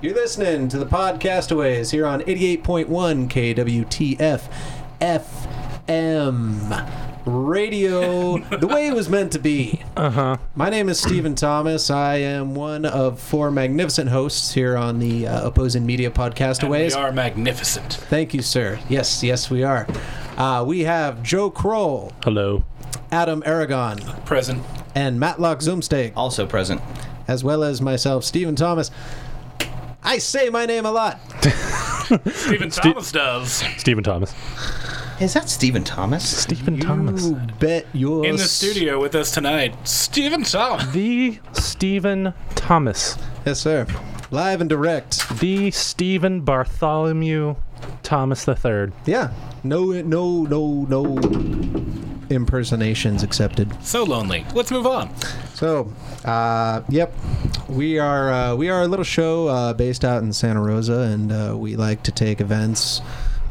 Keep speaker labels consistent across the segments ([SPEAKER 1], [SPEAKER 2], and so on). [SPEAKER 1] You're listening to the Podcastaways here on 88.1 KWTF FM radio the way it was meant to be.
[SPEAKER 2] Uh-huh.
[SPEAKER 1] My name is Stephen Thomas. I am one of four magnificent hosts here on the uh, Opposing Media Podcastaways.
[SPEAKER 3] We are magnificent.
[SPEAKER 1] Thank you, sir. Yes, yes, we are. Uh, we have Joe Kroll,
[SPEAKER 2] Hello.
[SPEAKER 1] Adam Aragon,
[SPEAKER 3] Present.
[SPEAKER 1] and Matlock Zoomsteak,
[SPEAKER 4] Also present.
[SPEAKER 1] as well as myself, Stephen Thomas. I say my name a lot.
[SPEAKER 3] Stephen Thomas does.
[SPEAKER 2] Stephen Thomas.
[SPEAKER 4] Is that Stephen Thomas?
[SPEAKER 2] Stephen Thomas.
[SPEAKER 1] You bet your
[SPEAKER 3] In the
[SPEAKER 1] s-
[SPEAKER 3] studio with us tonight, Stephen Thomas.
[SPEAKER 2] The Stephen Thomas.
[SPEAKER 1] Yes, sir. Live and direct.
[SPEAKER 2] The Stephen Bartholomew Thomas the Third.
[SPEAKER 1] Yeah. No, no, no, no impersonations accepted.
[SPEAKER 3] So lonely. Let's move on.
[SPEAKER 1] So, uh, yep, we are uh, we are a little show uh, based out in Santa Rosa, and uh, we like to take events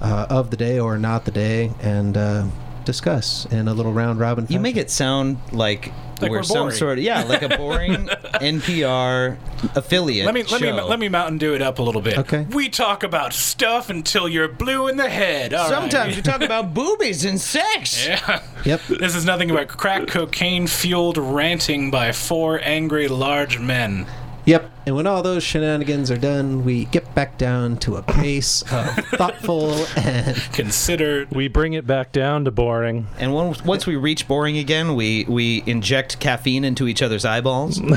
[SPEAKER 1] uh, of the day or not the day and uh, discuss in a little round robin.
[SPEAKER 4] You make it sound like,
[SPEAKER 3] Like we're
[SPEAKER 4] some
[SPEAKER 3] boring.
[SPEAKER 4] sort of yeah, like a boring NPR affiliate.
[SPEAKER 3] Let me let me
[SPEAKER 4] show.
[SPEAKER 3] let me Mountain Dew it up a little bit.
[SPEAKER 1] Okay.
[SPEAKER 3] We talk about stuff until you're blue in the head. All right.
[SPEAKER 4] Sometimes we talk about boobies and sex.
[SPEAKER 3] Yeah.
[SPEAKER 1] Yep.
[SPEAKER 3] This is nothing but crack cocaine fueled ranting by four angry large men.
[SPEAKER 1] Yep. And when all those shenanigans are done, we get back down to a pace of thoughtful and
[SPEAKER 3] Consider
[SPEAKER 2] We bring it back down to boring.
[SPEAKER 4] And when, once we reach boring again, we we inject caffeine into each other's eyeballs.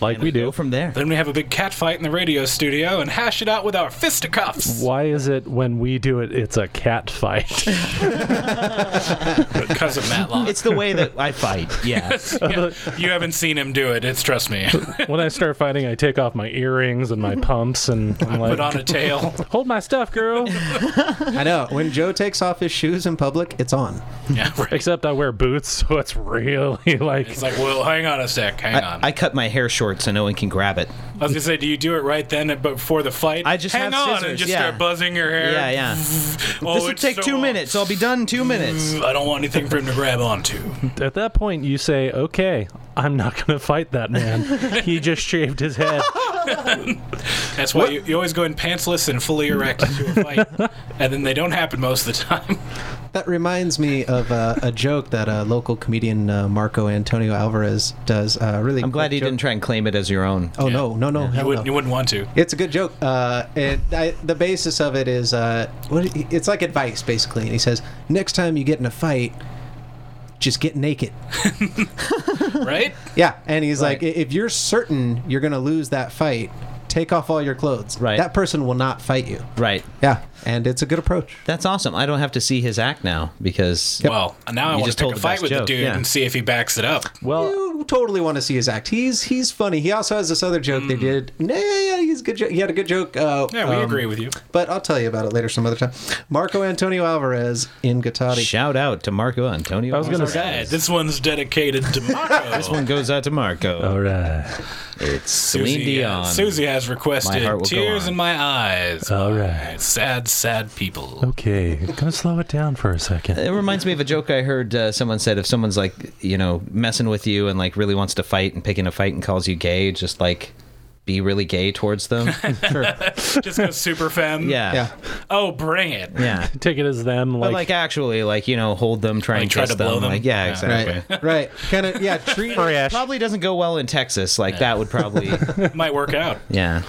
[SPEAKER 2] Like we
[SPEAKER 4] Go
[SPEAKER 2] do.
[SPEAKER 4] from there.
[SPEAKER 3] then we have a big cat fight in the radio studio and hash it out with our fisticuffs.
[SPEAKER 2] Why is it when we do it it's a cat fight?
[SPEAKER 3] Because of Matlock.
[SPEAKER 4] It's the way that I fight. Yeah.
[SPEAKER 3] Yeah, you haven't seen him do it. It's trust me.
[SPEAKER 2] when I start fighting I take off my earrings and my pumps and I'm
[SPEAKER 3] Put
[SPEAKER 2] like
[SPEAKER 3] on a tail.
[SPEAKER 2] Hold my stuff, girl.
[SPEAKER 1] I know. When Joe takes off his shoes in public, it's on.
[SPEAKER 3] Yeah, right.
[SPEAKER 2] Except I wear boots, so it's really like
[SPEAKER 3] It's like, well, hang on a sec. Hang on.
[SPEAKER 4] I, I cut my hair short so no one can grab it.
[SPEAKER 3] I was gonna say, do you do it right then but before the fight?
[SPEAKER 4] I just
[SPEAKER 3] hang
[SPEAKER 4] have
[SPEAKER 3] on and
[SPEAKER 4] scissors,
[SPEAKER 3] just
[SPEAKER 4] yeah.
[SPEAKER 3] start buzzing your hair.
[SPEAKER 4] Yeah, yeah.
[SPEAKER 3] Oh,
[SPEAKER 4] this will
[SPEAKER 3] it's
[SPEAKER 4] take
[SPEAKER 3] so Mm.
[SPEAKER 4] two
[SPEAKER 3] long.
[SPEAKER 4] minutes. I'll be done in two minutes.
[SPEAKER 3] I don't want anything for him to grab onto.
[SPEAKER 2] At that point, you say, "Okay, I'm not going to fight that man. he just shaved his head."
[SPEAKER 3] That's why you, you always go in pantsless and fully erect to a fight, and then they don't happen most of the time.
[SPEAKER 4] Oh,
[SPEAKER 1] That reminds me of uh, a joke that uh, local comedian uh, Marco Antonio Alvarez does. Uh, really,
[SPEAKER 4] I'm glad he didn't try and claim it as your own.
[SPEAKER 1] Oh no, no, no,
[SPEAKER 3] You
[SPEAKER 1] hell
[SPEAKER 3] wouldn't,
[SPEAKER 1] no.
[SPEAKER 3] you wouldn't want to.
[SPEAKER 1] It's a good joke. Uh, and I, the basis of it is, uh, what, it's like advice basically. And he says, next time you get in a fight, just get naked.
[SPEAKER 3] Right?
[SPEAKER 1] Yeah, and he's like,
[SPEAKER 4] Right.
[SPEAKER 1] "I- if you're certain you're gonna lose that fight, take off all your clothes.
[SPEAKER 4] Right.
[SPEAKER 1] that person will not fight you.
[SPEAKER 4] Right.
[SPEAKER 1] Yeah, and it's a good approach.
[SPEAKER 4] That's awesome. I don't have to see his act now because
[SPEAKER 3] Well, now I want
[SPEAKER 4] just
[SPEAKER 3] to
[SPEAKER 4] told
[SPEAKER 3] pick a
[SPEAKER 4] the
[SPEAKER 3] fight
[SPEAKER 4] best
[SPEAKER 3] with the
[SPEAKER 4] joke,
[SPEAKER 3] dude
[SPEAKER 4] yeah.
[SPEAKER 3] and see if he backs it up.
[SPEAKER 2] Well,
[SPEAKER 1] you totally want to see his act. He's he's funny. He also has this other joke they did. Nah, yeah, he's a good. Jo- he had a good joke. Uh,
[SPEAKER 3] Hmm. Yeah, we
[SPEAKER 1] um,
[SPEAKER 3] agree with you.
[SPEAKER 1] But I'll tell you about it later some other time. Marco Antonio Alvarez in Gatati.
[SPEAKER 4] shout out to Marco Antonio.
[SPEAKER 2] I was gonna
[SPEAKER 4] Alvarez.
[SPEAKER 3] Okay, this one's dedicated to Marco.
[SPEAKER 4] This one goes out to Marco.
[SPEAKER 2] all right,
[SPEAKER 4] It's Celine
[SPEAKER 3] Susie, uh,
[SPEAKER 4] Dion.
[SPEAKER 3] Susie has requested
[SPEAKER 4] My heart will go
[SPEAKER 3] tears
[SPEAKER 4] on.
[SPEAKER 3] in my eyes.
[SPEAKER 2] all
[SPEAKER 3] It's
[SPEAKER 2] right,
[SPEAKER 3] Sad, sad people.
[SPEAKER 2] okay. Gonna slow it down for a second.
[SPEAKER 4] It reminds me of a joke I heard uh, someone said. If someone's like, you know, messing with you and like really wants to fight and picking a fight and calls you gay, just like be really gay towards them.
[SPEAKER 3] Just go super femme.
[SPEAKER 4] Yeah.
[SPEAKER 1] Yeah,
[SPEAKER 3] Oh, bring it.
[SPEAKER 4] Yeah.
[SPEAKER 2] Take it as them,
[SPEAKER 4] But
[SPEAKER 2] like,
[SPEAKER 4] like actually, like you know, hold them, try
[SPEAKER 3] Like,
[SPEAKER 4] and
[SPEAKER 3] try
[SPEAKER 4] kiss
[SPEAKER 3] to blow them?
[SPEAKER 4] Like, yeah,
[SPEAKER 3] Yeah.
[SPEAKER 4] exactly.
[SPEAKER 1] right, right. Kind of yeah. Treat
[SPEAKER 2] Trash.
[SPEAKER 4] Probably doesn't go well in Texas. Like that would probably,
[SPEAKER 3] Might work out.
[SPEAKER 4] yeah.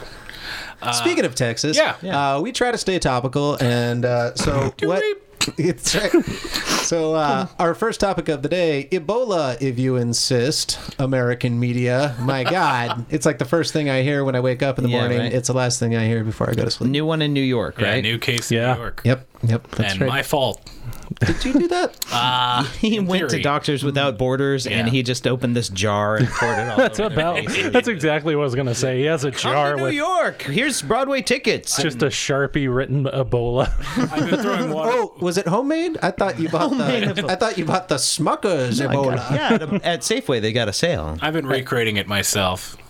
[SPEAKER 1] Speaking of Texas,
[SPEAKER 3] yeah.
[SPEAKER 1] uh, we try to stay topical, and uh, so what? It's right. So uh, our first topic of the day: Ebola, if you insist. American media, my God, it's like the first thing I hear when I wake up in the
[SPEAKER 4] Yeah,
[SPEAKER 1] morning.
[SPEAKER 4] right.
[SPEAKER 1] It's the last thing I hear before I go to sleep.
[SPEAKER 4] New one in New York,
[SPEAKER 3] Yeah,
[SPEAKER 4] right?
[SPEAKER 3] new case
[SPEAKER 2] Yeah.
[SPEAKER 3] in New York.
[SPEAKER 1] Yep, yep. That's
[SPEAKER 3] and
[SPEAKER 1] right.
[SPEAKER 3] my fault. Uh,
[SPEAKER 1] Did you do that?
[SPEAKER 4] he went
[SPEAKER 3] theory. Mm-hmm.
[SPEAKER 4] to Doctors Without Borders and
[SPEAKER 3] Yeah.
[SPEAKER 4] he just opened this jar and poured it all.
[SPEAKER 2] that's about. That's exactly what I was gonna say. He has a
[SPEAKER 4] Come
[SPEAKER 2] jar
[SPEAKER 4] to New
[SPEAKER 2] with
[SPEAKER 4] York. Here's Broadway tickets.
[SPEAKER 2] just a sharpie written Ebola.
[SPEAKER 3] I've been throwing water.
[SPEAKER 1] Oh, was it homemade? I thought you bought the. I thought you bought the
[SPEAKER 3] Oh,
[SPEAKER 1] Smuckers Ebola.
[SPEAKER 4] yeah, at, at Safeway they got a sale.
[SPEAKER 3] I've been recreating it myself. in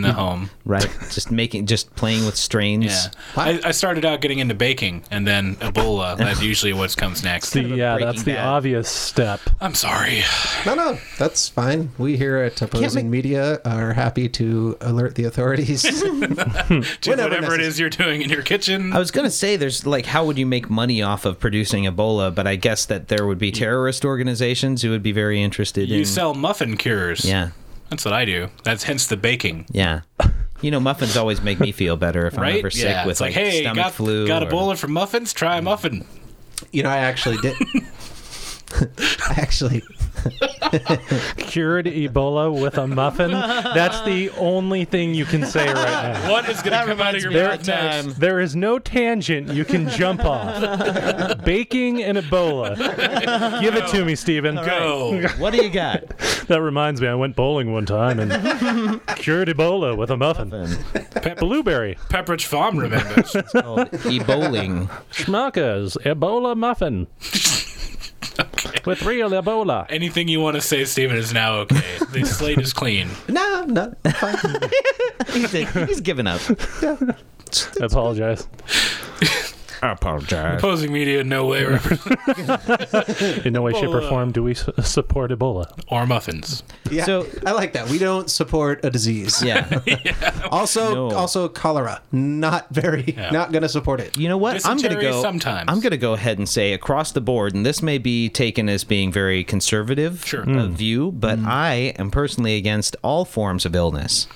[SPEAKER 4] Mm-hmm.
[SPEAKER 3] the home.
[SPEAKER 4] right? just making, just playing with strains.
[SPEAKER 3] Yeah, I, I started out getting into baking, and then Ebola. That's usually what comes next.
[SPEAKER 2] The, yeah, that's
[SPEAKER 4] Breaking
[SPEAKER 2] the
[SPEAKER 4] Bad.
[SPEAKER 2] obvious step.
[SPEAKER 3] I'm sorry.
[SPEAKER 1] No, no, that's fine. We here at Opposing
[SPEAKER 4] make-
[SPEAKER 1] Media are happy to alert the authorities.
[SPEAKER 3] To
[SPEAKER 1] Whenever
[SPEAKER 3] whatever it
[SPEAKER 1] necessary.
[SPEAKER 3] is you're doing in your kitchen.
[SPEAKER 4] I was gonna say, there's like, how would you make money off of producing Ebola? But I guess that there would be terrorist organizations who would be very interested
[SPEAKER 3] You
[SPEAKER 4] in.
[SPEAKER 3] sell muffin cures.
[SPEAKER 4] yeah,
[SPEAKER 3] That's what I do. That's hence the baking.
[SPEAKER 4] yeah. You know, muffins always make me feel better if I'm
[SPEAKER 3] Right?
[SPEAKER 4] ever sick
[SPEAKER 3] yeah.
[SPEAKER 4] with
[SPEAKER 3] it's like, hey,
[SPEAKER 4] stomach
[SPEAKER 3] got,
[SPEAKER 4] flu.
[SPEAKER 3] got
[SPEAKER 4] or-
[SPEAKER 3] Ebola from muffins? Try a muffin.
[SPEAKER 1] you know, I actually did. I actually,
[SPEAKER 2] Cured Ebola with a muffin. That's the only thing you can say right now.
[SPEAKER 3] What is going to come out of your mouth next?
[SPEAKER 2] There is no tangent you can jump off. Baking and Ebola. Give it to me, Steven.
[SPEAKER 3] Go.
[SPEAKER 4] What do you got?
[SPEAKER 2] That reminds me, I went bowling one time and cured Ebola with a muffin.
[SPEAKER 3] Pep-
[SPEAKER 2] Blueberry.
[SPEAKER 3] Pepperidge Farm remembers.
[SPEAKER 4] called Eboling.
[SPEAKER 2] Schmuckers. Ebola muffin. With real Ebola.
[SPEAKER 3] Anything you want to say, Steven, is now okay. The slate is clean.
[SPEAKER 1] no, no, fine.
[SPEAKER 4] He's, he's given up.
[SPEAKER 2] I apologize. I apologize.
[SPEAKER 3] Opposing media, no way, represent-
[SPEAKER 2] In no way, shape, or
[SPEAKER 3] Ebola.
[SPEAKER 2] form do we s- support Ebola.
[SPEAKER 3] or muffins.
[SPEAKER 1] Yeah,
[SPEAKER 4] So-
[SPEAKER 1] I like that. We don't support a disease.
[SPEAKER 4] Yeah.
[SPEAKER 1] Also,
[SPEAKER 4] No.
[SPEAKER 1] also cholera. Not very. Not gonna support it.
[SPEAKER 4] You know what? I'm gonna
[SPEAKER 3] Dysentery
[SPEAKER 4] go.
[SPEAKER 3] sometimes.
[SPEAKER 4] I'm gonna go ahead and say across the board, and this may be taken as being very conservative
[SPEAKER 3] Sure.
[SPEAKER 4] uh,
[SPEAKER 2] Hmm.
[SPEAKER 4] view, but
[SPEAKER 1] Hmm.
[SPEAKER 4] I am personally against all forms of illness.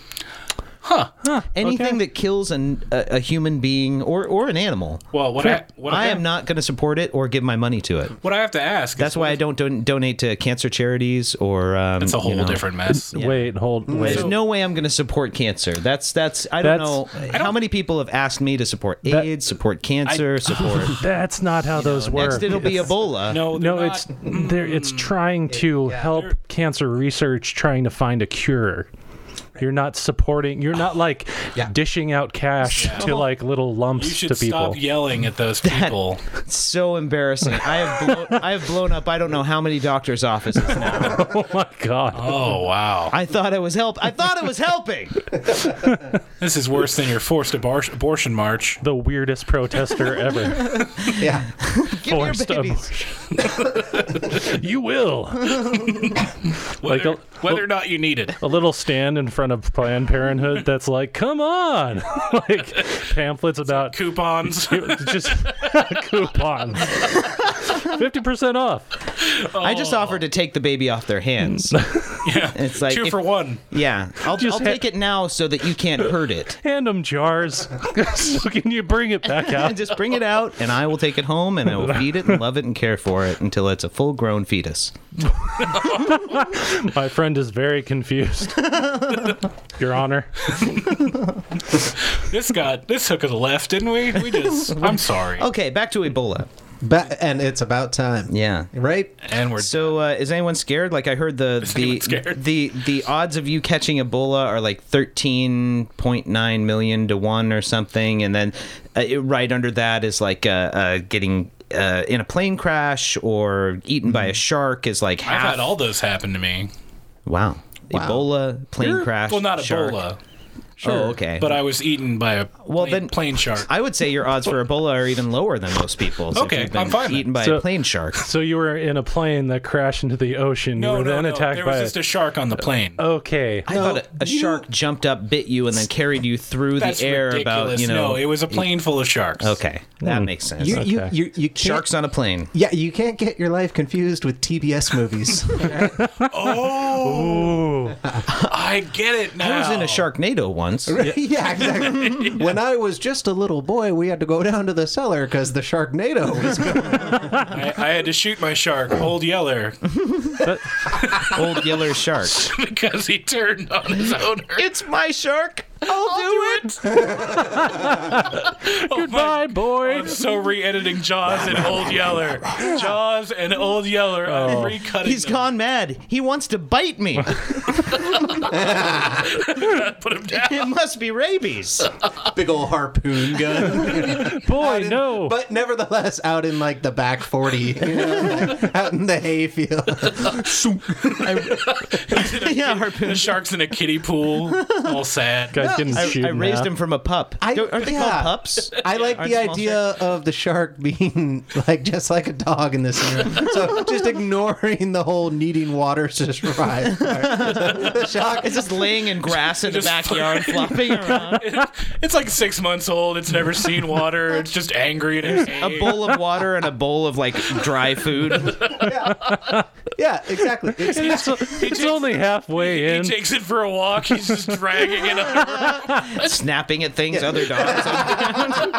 [SPEAKER 3] Huh.
[SPEAKER 4] Anything
[SPEAKER 2] okay.
[SPEAKER 4] that kills an, a, a human being or, or an animal,
[SPEAKER 3] Well, what I what
[SPEAKER 4] I am not going to support it or give my money to it.
[SPEAKER 3] What I have to ask.
[SPEAKER 4] That's
[SPEAKER 3] is,
[SPEAKER 4] why I don't don- donate to cancer charities or. Um,
[SPEAKER 3] It's a
[SPEAKER 4] you
[SPEAKER 3] whole
[SPEAKER 4] know.
[SPEAKER 3] different mess.
[SPEAKER 2] Wait, hold,
[SPEAKER 3] Mm.
[SPEAKER 2] wait.
[SPEAKER 4] There's no way I'm going to support cancer. That's that's. I don't
[SPEAKER 2] That's-
[SPEAKER 4] know how many people have asked me to support
[SPEAKER 2] That-
[SPEAKER 4] AIDS, support cancer, support.
[SPEAKER 2] That's not how those work.
[SPEAKER 4] Next, it'll be Ebola.
[SPEAKER 3] No, oh, they're
[SPEAKER 2] no,
[SPEAKER 3] not. Mm.
[SPEAKER 2] it's there. It's trying to help cancer research, trying to find a cure. You're not supporting. You're not like dishing out cash to like little
[SPEAKER 3] You
[SPEAKER 2] lumps
[SPEAKER 3] should
[SPEAKER 2] to people.
[SPEAKER 3] stop yelling at those people.
[SPEAKER 4] It's so embarrassing. I have blown, I have blown up. I don't know how many doctors' offices now.
[SPEAKER 2] oh my god!
[SPEAKER 3] Oh wow,
[SPEAKER 4] I thought I was help. I thought I was helping.
[SPEAKER 3] this is worse than your forced abor- abortion march.
[SPEAKER 2] The weirdest protester ever.
[SPEAKER 1] Yeah.
[SPEAKER 4] Give me your
[SPEAKER 2] Forced
[SPEAKER 4] babies.
[SPEAKER 2] you will. Like
[SPEAKER 3] Whether,
[SPEAKER 2] a-
[SPEAKER 3] whether or not you need it.
[SPEAKER 2] A little stand in front of Planned Parenthood that's like, come on, like pamphlets about
[SPEAKER 3] Coupons.
[SPEAKER 2] just coupons, fifty percent off.
[SPEAKER 4] I just
[SPEAKER 2] Oh.
[SPEAKER 4] offered to take the baby off their hands.
[SPEAKER 3] yeah.
[SPEAKER 4] It's like
[SPEAKER 3] two
[SPEAKER 4] if-
[SPEAKER 3] for one.
[SPEAKER 4] Yeah, I'll,
[SPEAKER 2] Just
[SPEAKER 4] I'll
[SPEAKER 2] ha-
[SPEAKER 4] take it now so that you can't hurt it.
[SPEAKER 2] Hand them jars. so can you bring it back out?
[SPEAKER 4] Just bring it out, and I will take it home, and I will feed it and love it and care for it until it's a full-grown fetus.
[SPEAKER 2] My friend is very confused. Your Honor.
[SPEAKER 3] This got this took a left, didn't we? We just. I'm sorry.
[SPEAKER 4] Okay, back to Ebola.
[SPEAKER 1] Ba- and it's about time.
[SPEAKER 4] Yeah.
[SPEAKER 1] Right.
[SPEAKER 3] And we're
[SPEAKER 4] So uh, is anyone scared? Like I heard the the,
[SPEAKER 3] anyone scared?
[SPEAKER 4] the the odds of you catching Ebola are like thirteen point nine million to one or something, and then uh, it- right under that is like uh, uh, getting uh, in a plane crash or eaten by a shark is like
[SPEAKER 3] Mm-hmm. I've
[SPEAKER 4] half.
[SPEAKER 3] had all those happen to me.
[SPEAKER 4] wow. Ebola, plane crash.
[SPEAKER 3] Well, not
[SPEAKER 4] shark.
[SPEAKER 3] Ebola,
[SPEAKER 4] Oh, okay.
[SPEAKER 3] but I was eaten by a
[SPEAKER 4] Well,
[SPEAKER 3] plane,
[SPEAKER 4] then-
[SPEAKER 3] plane shark.
[SPEAKER 4] I would say your odds for Ebola are even lower than most people's. if
[SPEAKER 3] Okay,
[SPEAKER 4] you've been
[SPEAKER 3] I'm fine then.
[SPEAKER 4] Eaten by
[SPEAKER 2] So-
[SPEAKER 4] a plane shark.
[SPEAKER 2] So you were in a plane that crashed into the ocean. you
[SPEAKER 3] no,
[SPEAKER 2] were
[SPEAKER 3] no,
[SPEAKER 2] then
[SPEAKER 3] no.
[SPEAKER 2] attacked
[SPEAKER 3] There was
[SPEAKER 2] by
[SPEAKER 3] just
[SPEAKER 2] a-
[SPEAKER 3] a shark on the plane.
[SPEAKER 2] Okay.
[SPEAKER 4] I thought a, a
[SPEAKER 1] you-
[SPEAKER 4] shark jumped up, bit you, and then carried you through
[SPEAKER 3] That's
[SPEAKER 4] the air.
[SPEAKER 3] ridiculous.
[SPEAKER 4] About you know.
[SPEAKER 3] no, it was a plane full of sharks.
[SPEAKER 4] okay, that makes sense.
[SPEAKER 1] You you
[SPEAKER 2] Okay.
[SPEAKER 1] you, you can't,
[SPEAKER 4] Sharks on a plane.
[SPEAKER 1] Yeah, you can't get your life confused with TBS movies.
[SPEAKER 3] Oh,
[SPEAKER 2] Ooh.
[SPEAKER 3] I get it now.
[SPEAKER 4] I was in a Sharknado once.
[SPEAKER 1] yeah, exactly. When I was just a little boy, we had to go down to the cellar because the Sharknado was going.
[SPEAKER 3] I, I had to shoot my shark, Old Yeller,
[SPEAKER 4] Old Yeller shark.
[SPEAKER 3] because he turned on his owner.
[SPEAKER 4] it's my shark. I'll do it.
[SPEAKER 2] Goodbye, boy.
[SPEAKER 3] I'm Oh so re-editing Jaws and Old Yeller. Jaws and Old Yeller.
[SPEAKER 2] Oh.
[SPEAKER 3] I'm recutting.
[SPEAKER 4] He's
[SPEAKER 3] them.
[SPEAKER 4] gone mad. He wants to bite me.
[SPEAKER 3] Put him down.
[SPEAKER 4] It must be rabies.
[SPEAKER 1] Big old harpoon gun.
[SPEAKER 4] Uh,
[SPEAKER 2] boy, no.
[SPEAKER 1] But nevertheless, out in like the back 40, you know, like, out in the hayfield.
[SPEAKER 4] yeah, harpoon.
[SPEAKER 3] The shark's in a kiddie pool. All sad.
[SPEAKER 2] Guys didn't
[SPEAKER 4] I,
[SPEAKER 2] shoot
[SPEAKER 4] I raised him from a pup.
[SPEAKER 1] I-
[SPEAKER 4] Don't- Aren't they
[SPEAKER 1] yeah.
[SPEAKER 4] called pups?
[SPEAKER 1] I like
[SPEAKER 4] Aren't
[SPEAKER 1] the
[SPEAKER 4] small
[SPEAKER 1] idea of the shark being like just like a dog in this era. So just ignoring the whole needing water to survive. part. The shark
[SPEAKER 4] It's just laying in grass in the
[SPEAKER 3] Just-
[SPEAKER 4] backyard, flopping around.
[SPEAKER 3] It's like six months old. It's never seen water. It's just angry and it's
[SPEAKER 4] A bowl of water and a bowl of like dry food.
[SPEAKER 1] Yeah, exactly. It's,
[SPEAKER 2] It's, it's only halfway
[SPEAKER 3] He
[SPEAKER 2] in.
[SPEAKER 3] takes it for a walk. He's just dragging it up.
[SPEAKER 4] snapping at things other dogs.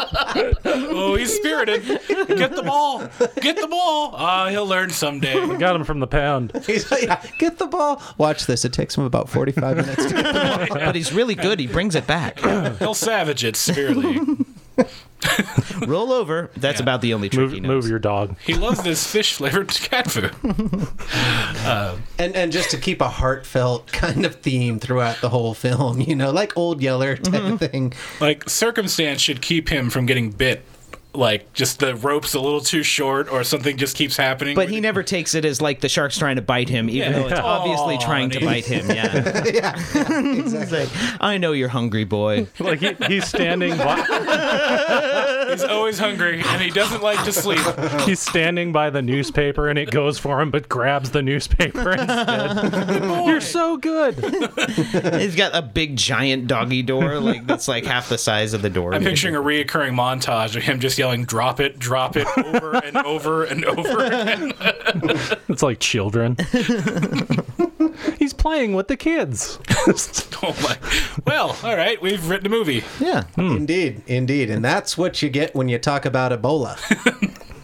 [SPEAKER 3] Oh, he's spirited. Get the ball. Get the ball. Ah, he'll learn someday.
[SPEAKER 2] Got him from the pound.
[SPEAKER 1] he's like, yeah, get the ball. Watch this. It takes him about 45 minutes to get the ball.
[SPEAKER 4] but he's really good. He brings it back.
[SPEAKER 3] He'll savage it severely.
[SPEAKER 4] Roll over. That's about the only trick
[SPEAKER 2] Move,
[SPEAKER 4] he knows.
[SPEAKER 2] move your dog.
[SPEAKER 3] He loves this fish flavored cat food.
[SPEAKER 1] And, and just to keep a heartfelt kind of theme throughout the whole film, you know, like Old Yeller type of thing.
[SPEAKER 3] Like circumstance should keep him from getting bit. Like just the rope's a little too short, or something just keeps happening.
[SPEAKER 4] But he never takes it as like the shark's trying to bite him, even
[SPEAKER 3] Yeah.
[SPEAKER 4] though it's
[SPEAKER 3] Yeah.
[SPEAKER 4] obviously
[SPEAKER 3] Aw,
[SPEAKER 4] trying to
[SPEAKER 3] dude.
[SPEAKER 4] bite him. Yeah.
[SPEAKER 1] Yeah.
[SPEAKER 4] It's like, I know you're hungry, boy.
[SPEAKER 2] Like he, he's standing. By,
[SPEAKER 3] He's always hungry, and he doesn't like to sleep.
[SPEAKER 2] he's standing by the newspaper, and it goes for him, but grabs the newspaper instead. You're so good.
[SPEAKER 4] He's got a big giant doggy door, like that's like half the size of the door.
[SPEAKER 3] I'm picturing a reoccurring montage of him just yelling, "Drop it, drop it," over and over and over. Again.
[SPEAKER 2] It's like children. he's playing with the kids.
[SPEAKER 3] Oh my! Well, all right, we've written a movie.
[SPEAKER 4] Yeah.
[SPEAKER 1] Indeed. Indeed. And that's what you get when you talk about Ebola.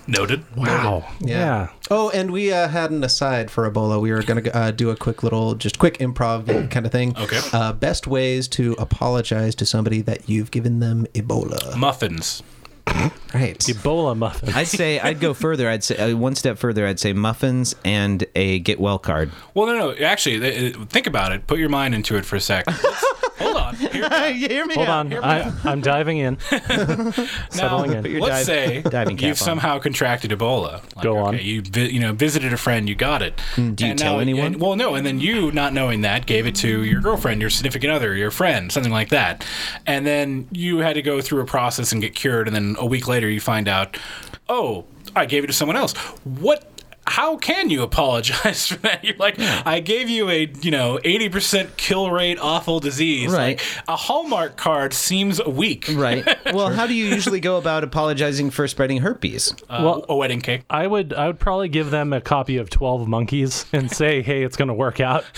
[SPEAKER 3] Noted.
[SPEAKER 2] Wow. Yeah.
[SPEAKER 1] Oh, and we uh, had an aside for Ebola. We were going to uh, do a quick little, just quick improv kind of thing.
[SPEAKER 3] Okay.
[SPEAKER 1] Uh, best ways to apologize to somebody that you've given them Ebola.
[SPEAKER 3] Muffins.
[SPEAKER 1] Right.
[SPEAKER 2] Ebola muffin.
[SPEAKER 4] I'd say I'd go further. I'd say uh, one step further. I'd say muffins and a get well card.
[SPEAKER 3] Well, no, no. Actually, th- uh, think about it. Put your mind into it for a sec. Let's- Hold on. Here,
[SPEAKER 4] you hear me?
[SPEAKER 2] Hold on. I, I'm diving in. Settling
[SPEAKER 3] now,
[SPEAKER 2] in.
[SPEAKER 4] your
[SPEAKER 3] let's
[SPEAKER 4] dive-
[SPEAKER 3] say
[SPEAKER 4] diving cap
[SPEAKER 3] you've
[SPEAKER 4] on.
[SPEAKER 3] somehow contracted Ebola. Like,
[SPEAKER 2] Go on.
[SPEAKER 3] okay, You vi- you know visited a friend, you got it. Do
[SPEAKER 4] you tell anyone?
[SPEAKER 3] well, no. And then you, not knowing that, gave it to your girlfriend, your significant other, your friend, something like that. And then you had to go through a process and get cured. And then a week later, you find out, oh, I gave it to someone else. What? How can you apologize for that? You're like, I gave you a you know 80% kill rate, awful disease.
[SPEAKER 4] Right.
[SPEAKER 3] Like, a Hallmark card seems weak.
[SPEAKER 4] Right. Well, how do you usually go about apologizing for spreading herpes?
[SPEAKER 2] Well,
[SPEAKER 3] Uh, A wedding cake.
[SPEAKER 2] I would I would probably give them a copy of Twelve Monkeys and say, "Hey, it's gonna work out.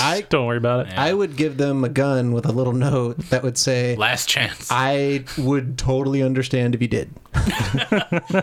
[SPEAKER 1] I,
[SPEAKER 2] Don't worry about it."
[SPEAKER 1] I would give them a gun with a little note that would say,
[SPEAKER 3] Last chance.
[SPEAKER 1] I would totally understand if you did.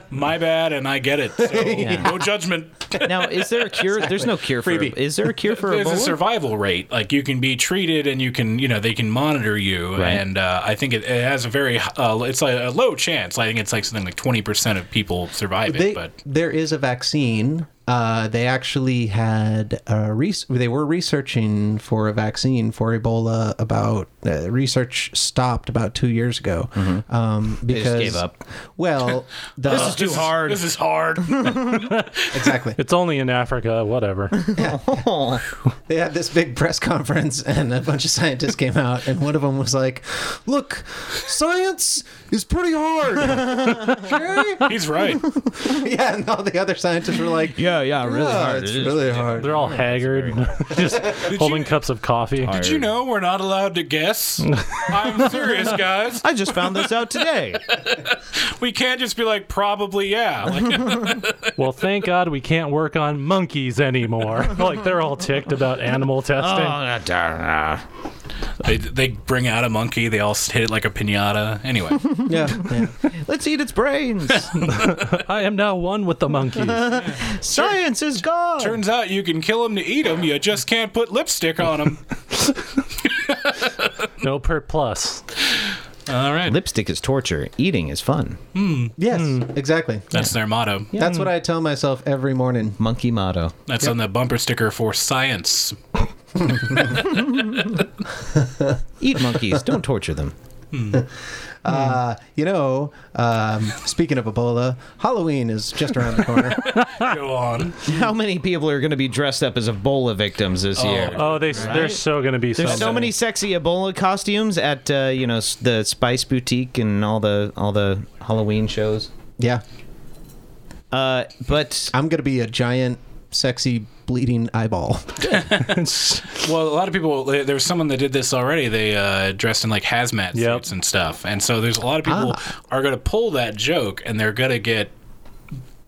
[SPEAKER 3] My bad, and I get it. So No judgment.
[SPEAKER 4] Now, is there a cure? There's no cure for.
[SPEAKER 1] Freebie.
[SPEAKER 4] Is there a cure for
[SPEAKER 3] There's
[SPEAKER 4] Ebola?
[SPEAKER 3] a survival rate. Like you can be treated, and you can, you know, they can monitor you.
[SPEAKER 4] Right.
[SPEAKER 3] And uh, I think it, it has a very, uh, it's like a low chance. I think it's like something like twenty percent of people survive
[SPEAKER 1] They,
[SPEAKER 3] it. But
[SPEAKER 1] There is a vaccine. Uh, they actually had uh, res- they were researching for a vaccine for Ebola about uh, research stopped about two years ago um, because
[SPEAKER 4] Mm-hmm. just gave up.
[SPEAKER 1] Well, the,
[SPEAKER 4] This is too hard.
[SPEAKER 3] this is hard.
[SPEAKER 1] exactly.
[SPEAKER 2] It's only in Africa, whatever.
[SPEAKER 1] they had this big press conference and a bunch of scientists came out and one of them was like look science is pretty hard okay?
[SPEAKER 3] He's right.
[SPEAKER 1] yeah and all the other scientists were like
[SPEAKER 4] yeah, yeah, really
[SPEAKER 1] "Yeah,
[SPEAKER 4] hard.
[SPEAKER 1] it's
[SPEAKER 4] It is.
[SPEAKER 1] really hard
[SPEAKER 2] They're all haggard, just holding cups of coffee.
[SPEAKER 3] Did you know we're not allowed to guess? I'm serious, guys.
[SPEAKER 4] I just found this out today.
[SPEAKER 3] We can't just be like, probably, yeah. Like,
[SPEAKER 2] Well, thank God we can't work on monkeys anymore. like they're all ticked about animal testing.
[SPEAKER 4] Oh, darn, ah.
[SPEAKER 3] they, they bring out a monkey. They all hit it like a pinata. Anyway,
[SPEAKER 1] yeah,
[SPEAKER 4] Hmm.
[SPEAKER 1] yeah.
[SPEAKER 4] Let's eat its brains.
[SPEAKER 2] I am now one with the monkeys.
[SPEAKER 4] Science is God.
[SPEAKER 3] turns out you can kill them to eat them. You just can't put lipstick on them.
[SPEAKER 2] no perk plus.
[SPEAKER 3] All right.
[SPEAKER 4] Lipstick is torture. Eating is fun.
[SPEAKER 1] Yes, exactly.
[SPEAKER 3] That's their motto.
[SPEAKER 1] That's what I tell myself every morning.
[SPEAKER 4] Monkey motto.
[SPEAKER 3] That's on the bumper sticker for science.
[SPEAKER 4] Eat monkeys. Don't torture them. Hmm.
[SPEAKER 1] Uh, you know, um, speaking of Ebola, Halloween is just around the corner.
[SPEAKER 3] Go on.
[SPEAKER 4] How many people are going to be dressed up as Ebola victims this year?
[SPEAKER 2] Oh, they they're so gonna be
[SPEAKER 4] There's
[SPEAKER 2] something.
[SPEAKER 4] so many sexy Ebola costumes at uh, you know s- the Spice Boutique and all the all the Halloween shows.
[SPEAKER 1] yeah,
[SPEAKER 4] Uh, but
[SPEAKER 1] I'm gonna be a giant, sexy, bleeding eyeball.
[SPEAKER 3] Well, a lot of people. There was someone that did this already. They uh, dressed in like hazmat suits
[SPEAKER 2] Yep.
[SPEAKER 3] and stuff, and so there's a lot of people
[SPEAKER 4] Ah.
[SPEAKER 3] are going to pull that joke, and they're going to get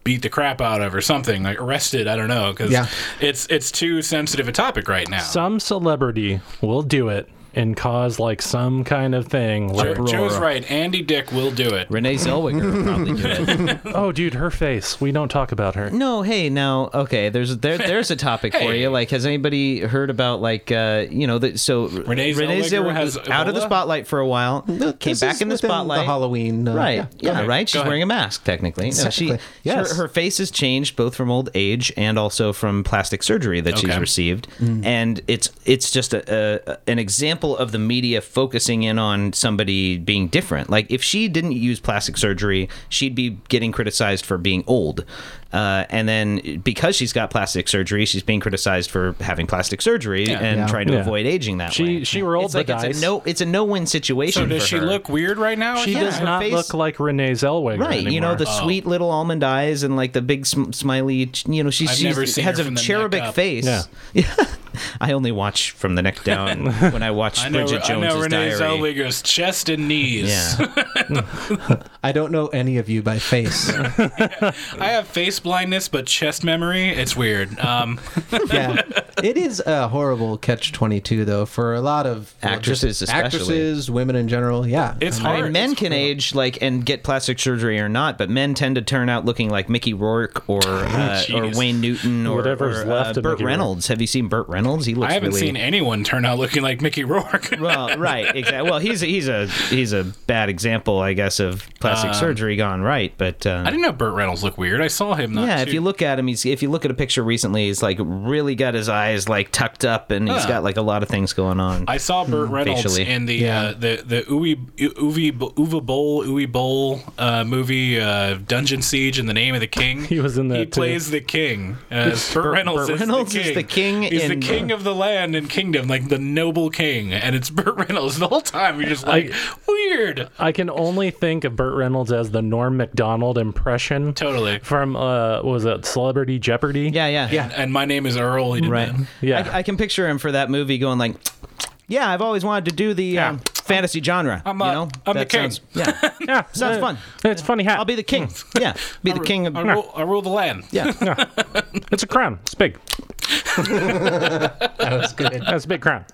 [SPEAKER 3] beat the crap out of or something, like arrested. I don't know, because
[SPEAKER 1] Yeah.
[SPEAKER 3] it's it's too sensitive a topic right now.
[SPEAKER 2] Some celebrity will do it and cause like some kind of thing.
[SPEAKER 3] Jo-
[SPEAKER 2] Like,
[SPEAKER 3] Joe's right. Andy Dick will do it.
[SPEAKER 4] Renee Zellweger would probably do it.
[SPEAKER 2] oh, dude, her face. We don't talk about her.
[SPEAKER 4] No, hey, now, okay. There's there there's a topic for
[SPEAKER 3] Hey.
[SPEAKER 4] you. Like, has anybody heard about like uh, you know the, so
[SPEAKER 3] Renee Zellweger has
[SPEAKER 4] was out of the
[SPEAKER 3] Ebola?
[SPEAKER 4] spotlight for a while, came
[SPEAKER 1] This
[SPEAKER 4] back
[SPEAKER 1] is
[SPEAKER 4] in the
[SPEAKER 1] within
[SPEAKER 4] spotlight.
[SPEAKER 1] The Halloween. uh,
[SPEAKER 4] Right.
[SPEAKER 1] yeah.
[SPEAKER 4] Yeah,
[SPEAKER 3] ahead.
[SPEAKER 4] right. She's
[SPEAKER 3] Go ahead.
[SPEAKER 4] wearing a mask, technically. No, she,
[SPEAKER 1] Exactly. Yes.
[SPEAKER 4] her, her face has changed both from old age and also from plastic surgery that she's
[SPEAKER 3] Okay.
[SPEAKER 4] received.
[SPEAKER 1] Mm.
[SPEAKER 4] And it's it's just a, a, an example of the media focusing in on somebody being different. Like, if she didn't use plastic surgery, she'd be getting criticized for being old. Uh, and then because she's got plastic surgery, she's being criticized for having plastic surgery and
[SPEAKER 1] Yeah.
[SPEAKER 4] trying to
[SPEAKER 2] Yeah.
[SPEAKER 4] avoid aging that
[SPEAKER 2] She-
[SPEAKER 4] way.
[SPEAKER 2] she rolled
[SPEAKER 4] it's
[SPEAKER 2] the
[SPEAKER 4] like It's
[SPEAKER 2] dice.
[SPEAKER 4] a no, it's a no-win situation.
[SPEAKER 3] So does
[SPEAKER 4] for
[SPEAKER 3] she
[SPEAKER 4] her.
[SPEAKER 3] look weird right now?
[SPEAKER 2] She
[SPEAKER 4] Yeah,
[SPEAKER 2] does
[SPEAKER 4] her
[SPEAKER 2] not
[SPEAKER 4] face-
[SPEAKER 2] look like Renee Zellweger.
[SPEAKER 4] Right, you know
[SPEAKER 2] anymore.
[SPEAKER 4] the
[SPEAKER 3] Oh.
[SPEAKER 4] sweet little almond eyes and like the big sm- smiley. ch- You know she's,
[SPEAKER 3] I've
[SPEAKER 4] she's
[SPEAKER 3] never seen
[SPEAKER 4] has
[SPEAKER 3] her
[SPEAKER 4] a
[SPEAKER 3] from the neck
[SPEAKER 4] cherubic
[SPEAKER 3] up.
[SPEAKER 4] face.
[SPEAKER 2] Yeah.
[SPEAKER 4] I only watch from the neck down when I watch
[SPEAKER 3] I know,
[SPEAKER 4] Bridget
[SPEAKER 3] I
[SPEAKER 4] Jones's
[SPEAKER 3] know Renee
[SPEAKER 4] Diary.
[SPEAKER 3] Zellweger's chest and knees.
[SPEAKER 4] Yeah,
[SPEAKER 1] I don't know any of you by face.
[SPEAKER 3] I have face blindness, but chest memory. It's weird. Um,
[SPEAKER 1] yeah, it is a horrible catch twenty two though for a lot of well, just
[SPEAKER 4] Actresses especially.
[SPEAKER 1] actresses, women in general. Yeah,
[SPEAKER 3] it's
[SPEAKER 4] I
[SPEAKER 3] hard.
[SPEAKER 4] mean, men can age like and get plastic surgery or not, but men tend to turn out looking like Mickey Rourke or uh, or
[SPEAKER 3] Oh, jeez.
[SPEAKER 4] Wayne Newton or,
[SPEAKER 2] Whatever's
[SPEAKER 4] or,
[SPEAKER 2] left
[SPEAKER 4] uh,
[SPEAKER 2] of
[SPEAKER 4] Burt
[SPEAKER 2] Mickey Rourke.
[SPEAKER 4] Reynolds. Have you seen Burt Reynolds? He looks.
[SPEAKER 3] I haven't
[SPEAKER 4] really...
[SPEAKER 3] seen anyone turn out looking like Mickey Rourke.
[SPEAKER 4] Well, right, exactly. Well, he's a, he's a he's a bad example, I guess, of
[SPEAKER 3] Um,
[SPEAKER 4] plastic surgery gone right. But um,
[SPEAKER 3] I didn't know Burt Reynolds looked weird. I saw him. Not
[SPEAKER 4] Yeah, if
[SPEAKER 3] too-
[SPEAKER 4] you look at him, he's if you look at a picture recently, he's like really got his eyes like tucked up, and he's
[SPEAKER 3] Huh.
[SPEAKER 4] got like a lot of things going on.
[SPEAKER 3] I saw Burt Reynolds
[SPEAKER 4] Hmm, facially.
[SPEAKER 3] in the uh, the the Uwe Uwe Uwe Bowl Uwe Bowl uh, movie uh, Dungeon Siege and the Name of the King.
[SPEAKER 2] He was in that,
[SPEAKER 3] He
[SPEAKER 2] too.
[SPEAKER 3] plays the king. Uh, Burt Reynolds, is,
[SPEAKER 4] Reynolds
[SPEAKER 3] the
[SPEAKER 4] is
[SPEAKER 3] king.
[SPEAKER 4] the king
[SPEAKER 3] He's
[SPEAKER 4] in- uh,
[SPEAKER 3] the king of the land and kingdom, like the noble king, and it's Burt Reynolds the whole time. You're just like weird.
[SPEAKER 2] I can only think of Burt Reynolds as the Norm Macdonald impression
[SPEAKER 3] Totally.
[SPEAKER 2] from uh, what was it Celebrity Jeopardy?
[SPEAKER 4] yeah, yeah,
[SPEAKER 1] Yeah.
[SPEAKER 3] And my name is Earl. He did
[SPEAKER 4] right.
[SPEAKER 3] that.
[SPEAKER 2] Yeah.
[SPEAKER 4] I, I can picture him for that movie going like, "Yeah, I've always wanted to do the um, fantasy genre."
[SPEAKER 3] I'm,
[SPEAKER 4] you
[SPEAKER 3] uh,
[SPEAKER 4] know,
[SPEAKER 3] I'm the
[SPEAKER 4] That
[SPEAKER 3] king.
[SPEAKER 4] sounds- yeah,
[SPEAKER 2] yeah.
[SPEAKER 4] sounds fun.
[SPEAKER 2] It's a funny hat.
[SPEAKER 4] I'll be the king. Yeah, be the king of.
[SPEAKER 3] I rule, I rule the land.
[SPEAKER 4] Yeah,
[SPEAKER 2] it's a crown. It's big.
[SPEAKER 1] that was good.
[SPEAKER 2] That's a big crown.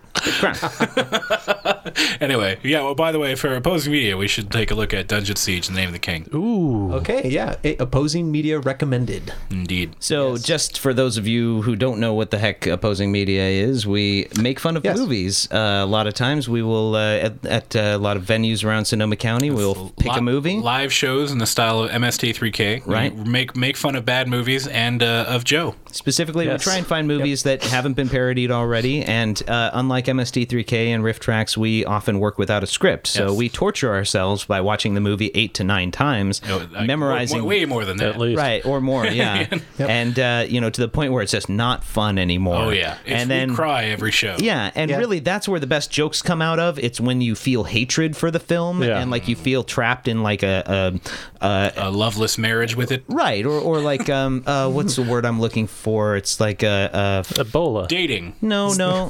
[SPEAKER 3] Anyway, yeah. Well, by the way, for opposing media, we should take a look at Dungeon Siege and the Name of the King.
[SPEAKER 2] Ooh.
[SPEAKER 1] Okay, yeah, A- opposing media recommended.
[SPEAKER 3] Indeed.
[SPEAKER 4] So, just for those of you who don't know what the heck opposing media is, we make fun of
[SPEAKER 1] Yes.
[SPEAKER 4] movies. Uh, a lot of times, we will uh, at, at uh, a lot of venues around Sonoma County, we'll pick a
[SPEAKER 3] Li-
[SPEAKER 4] movie.
[SPEAKER 3] Live shows in the style of MST3K.
[SPEAKER 4] Right.
[SPEAKER 3] We Make make fun of bad movies and uh, of Joe.
[SPEAKER 4] Specifically,
[SPEAKER 2] Yes.
[SPEAKER 4] we try and find movies that haven't been parodied already. And uh, unlike MSD3K and Riff Tracks, we often work without a script. So
[SPEAKER 3] Yes.
[SPEAKER 4] we torture ourselves by watching the movie eight to nine times,
[SPEAKER 3] I-
[SPEAKER 4] memorizing.
[SPEAKER 3] wa- Oh, way more than that.
[SPEAKER 2] At least.
[SPEAKER 4] Right or more, yeah, and uh, you know to the point where it's just not fun anymore.
[SPEAKER 3] Oh yeah. It's,
[SPEAKER 4] and then
[SPEAKER 3] we cry every show.
[SPEAKER 4] Yeah, and
[SPEAKER 1] Yeah.
[SPEAKER 4] really, that's where the best jokes come out of. It's when you feel hatred for the film
[SPEAKER 2] Yeah.
[SPEAKER 4] and like you feel trapped in like a, a, a
[SPEAKER 3] A loveless marriage with it.
[SPEAKER 4] right or or like um uh what's the word I'm looking for? It's like a, a
[SPEAKER 2] Ebola.
[SPEAKER 3] Dating.
[SPEAKER 4] no
[SPEAKER 3] A
[SPEAKER 4] no.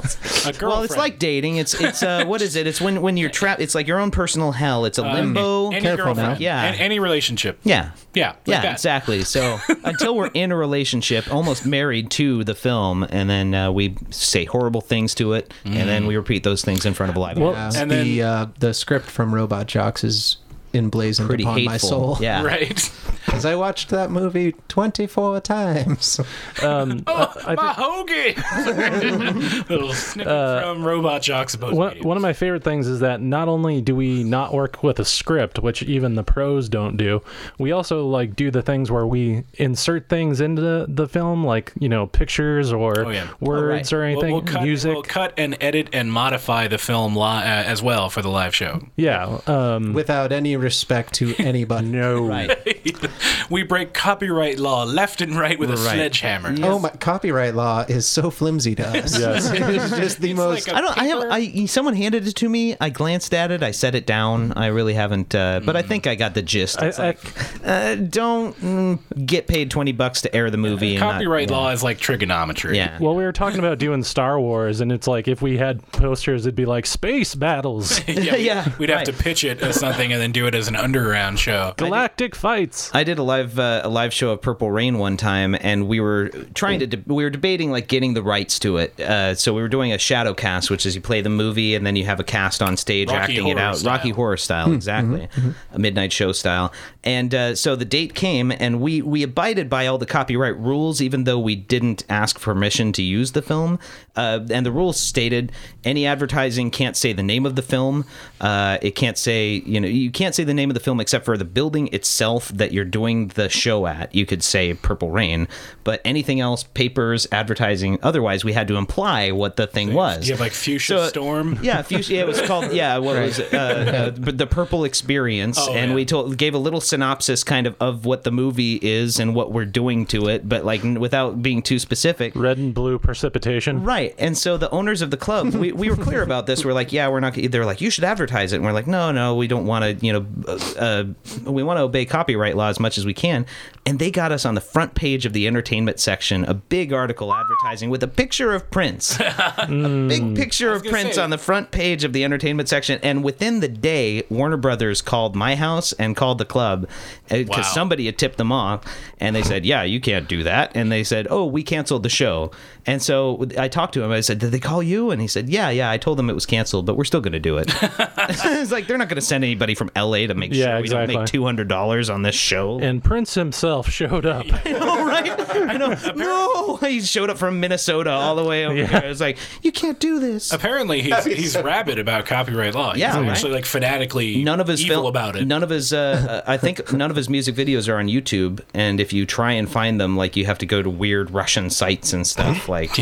[SPEAKER 3] girlfriend.
[SPEAKER 4] Well, it's like dating. It's it's uh what is it? It's when when you're trapped. It's like your own personal hell. It's a limbo.
[SPEAKER 3] Uh, any
[SPEAKER 1] Careful now.
[SPEAKER 3] girlfriend.
[SPEAKER 4] Yeah.
[SPEAKER 3] An- any relationship.
[SPEAKER 4] yeah.
[SPEAKER 3] Yeah. like
[SPEAKER 4] Yeah,
[SPEAKER 3] that.
[SPEAKER 4] exactly. So until we're in a relationship, almost married to the film, and then uh, we say horrible things to it, and
[SPEAKER 3] Mm.
[SPEAKER 4] then we repeat those things in front of a live
[SPEAKER 2] Well,
[SPEAKER 1] Uh,
[SPEAKER 3] And
[SPEAKER 1] the
[SPEAKER 3] then-
[SPEAKER 1] uh, the script from Robot Jocks is emblazoned
[SPEAKER 4] pretty
[SPEAKER 1] upon
[SPEAKER 4] hateful.
[SPEAKER 1] my soul.
[SPEAKER 4] Yeah.
[SPEAKER 3] Right.
[SPEAKER 1] because I watched that movie 24 times.
[SPEAKER 2] Um,
[SPEAKER 3] Oh,
[SPEAKER 2] I
[SPEAKER 3] my hoagie! Little snippet from Robot Jocks about
[SPEAKER 2] Uh, one,
[SPEAKER 3] media.
[SPEAKER 2] one of my favorite things is that not only do we not work with a script which even the pros don't do we also like do the things where we insert things into the film like you know pictures or
[SPEAKER 3] Oh, yeah.
[SPEAKER 2] words or
[SPEAKER 3] We'll-
[SPEAKER 2] anything
[SPEAKER 3] we'll cut,
[SPEAKER 2] music
[SPEAKER 3] We'll cut and edit and modify the film li- uh, as well for the live show.
[SPEAKER 2] yeah um
[SPEAKER 1] without any respect to anybody.
[SPEAKER 2] no
[SPEAKER 4] Right.
[SPEAKER 3] we break copyright law left and right with a
[SPEAKER 4] Right.
[SPEAKER 3] sledgehammer.
[SPEAKER 1] Oh my! Copyright law is so flimsy to us.
[SPEAKER 2] Yes.
[SPEAKER 1] it's just the most.
[SPEAKER 3] like
[SPEAKER 4] I don't. I have. I someone handed it to me. I glanced at it. I set it down. I really haven't. Uh, but I
[SPEAKER 3] Mm.
[SPEAKER 4] think I got the gist.
[SPEAKER 2] I,
[SPEAKER 4] It's like, uh, don't mm, get paid twenty bucks to air the movie. and not-
[SPEAKER 3] Copyright
[SPEAKER 4] yeah.
[SPEAKER 3] law is like trigonometry.
[SPEAKER 4] Yeah.
[SPEAKER 2] well, we were talking about doing Star Wars, and it's like if we had posters, it'd be like space battles,
[SPEAKER 3] yeah, we-
[SPEAKER 4] Yeah,
[SPEAKER 3] We'd have
[SPEAKER 4] right.
[SPEAKER 3] to pitch it as something and then do it as an underground show.
[SPEAKER 2] galactic fights.
[SPEAKER 4] I did a live uh, a live show of Purple Rain one time, and we were trying to de- we were debating like getting the rights to it. Uh, so we were doing a shadow cast, which is you play the movie and then you have a cast on stage
[SPEAKER 3] Rocky
[SPEAKER 4] acting it
[SPEAKER 3] Horror
[SPEAKER 4] out,
[SPEAKER 3] style.
[SPEAKER 4] Rocky Horror style,
[SPEAKER 3] Mm-hmm.
[SPEAKER 4] exactly, a midnight show style. And uh, so the date came, and we we abided by all the copyright rules, even though we didn't ask permission to use the film. Uh, and the rules stated any advertising can't say the name of the film. Uh, it can't say you know you can't say the name of the film except for the building itself that you're doing the show at. You could say Purple Rain, but anything else, papers, advertising, otherwise, we had to imply what the thing was.
[SPEAKER 3] You have like Fuchsia
[SPEAKER 4] So-
[SPEAKER 3] Storm.
[SPEAKER 4] Yeah, fuchsia. It was called yeah. What was it? Uh, uh, the Purple Experience?
[SPEAKER 3] Oh,
[SPEAKER 4] and
[SPEAKER 3] yeah.
[SPEAKER 4] we told gave a little synopsis, kind of, of what the movie is and what we're doing to it, but like n- without being too specific.
[SPEAKER 2] Red and blue precipitation.
[SPEAKER 4] Right. And so the owners of the club, we, we were clear about this. We're like, yeah, we're not. They're like, you should advertise it. And we're like, no, no, we don't want to, you know, uh, uh, we want to obey copyright law as much as we can. And they got us on the front page of the entertainment section, a big article advertising with a picture of Prince, a big picture of
[SPEAKER 3] gonna
[SPEAKER 4] Prince
[SPEAKER 3] say-
[SPEAKER 4] on the front page of the entertainment section. And within the day, Warner Brothers called my house and called the club Uh, because
[SPEAKER 3] Wow.
[SPEAKER 4] somebody had tipped them off and they said yeah you can't do that and they said oh we canceled the show and so i talked to him i said did they call you and he said yeah yeah i told them it was canceled but we're still going to do it it's like they're not going to send anybody from la to make
[SPEAKER 2] Yeah,
[SPEAKER 4] sure we
[SPEAKER 2] exactly.
[SPEAKER 4] don't make $200 on this show
[SPEAKER 2] And Prince himself showed up.
[SPEAKER 4] all right i know no he showed up from minnesota all the way over
[SPEAKER 2] Yeah.
[SPEAKER 4] here it's like you can't do this
[SPEAKER 3] Apparently, he's, he's rabid about copyright law.
[SPEAKER 4] Yeah,
[SPEAKER 3] he's
[SPEAKER 4] right.
[SPEAKER 3] actually like fanatically
[SPEAKER 4] none of his
[SPEAKER 3] evil
[SPEAKER 4] fil-
[SPEAKER 3] about it.
[SPEAKER 4] None of his, uh, uh, I think, none of his music videos are on YouTube. And if you try and find them, like you have to go to weird Russian sites and stuff. Like,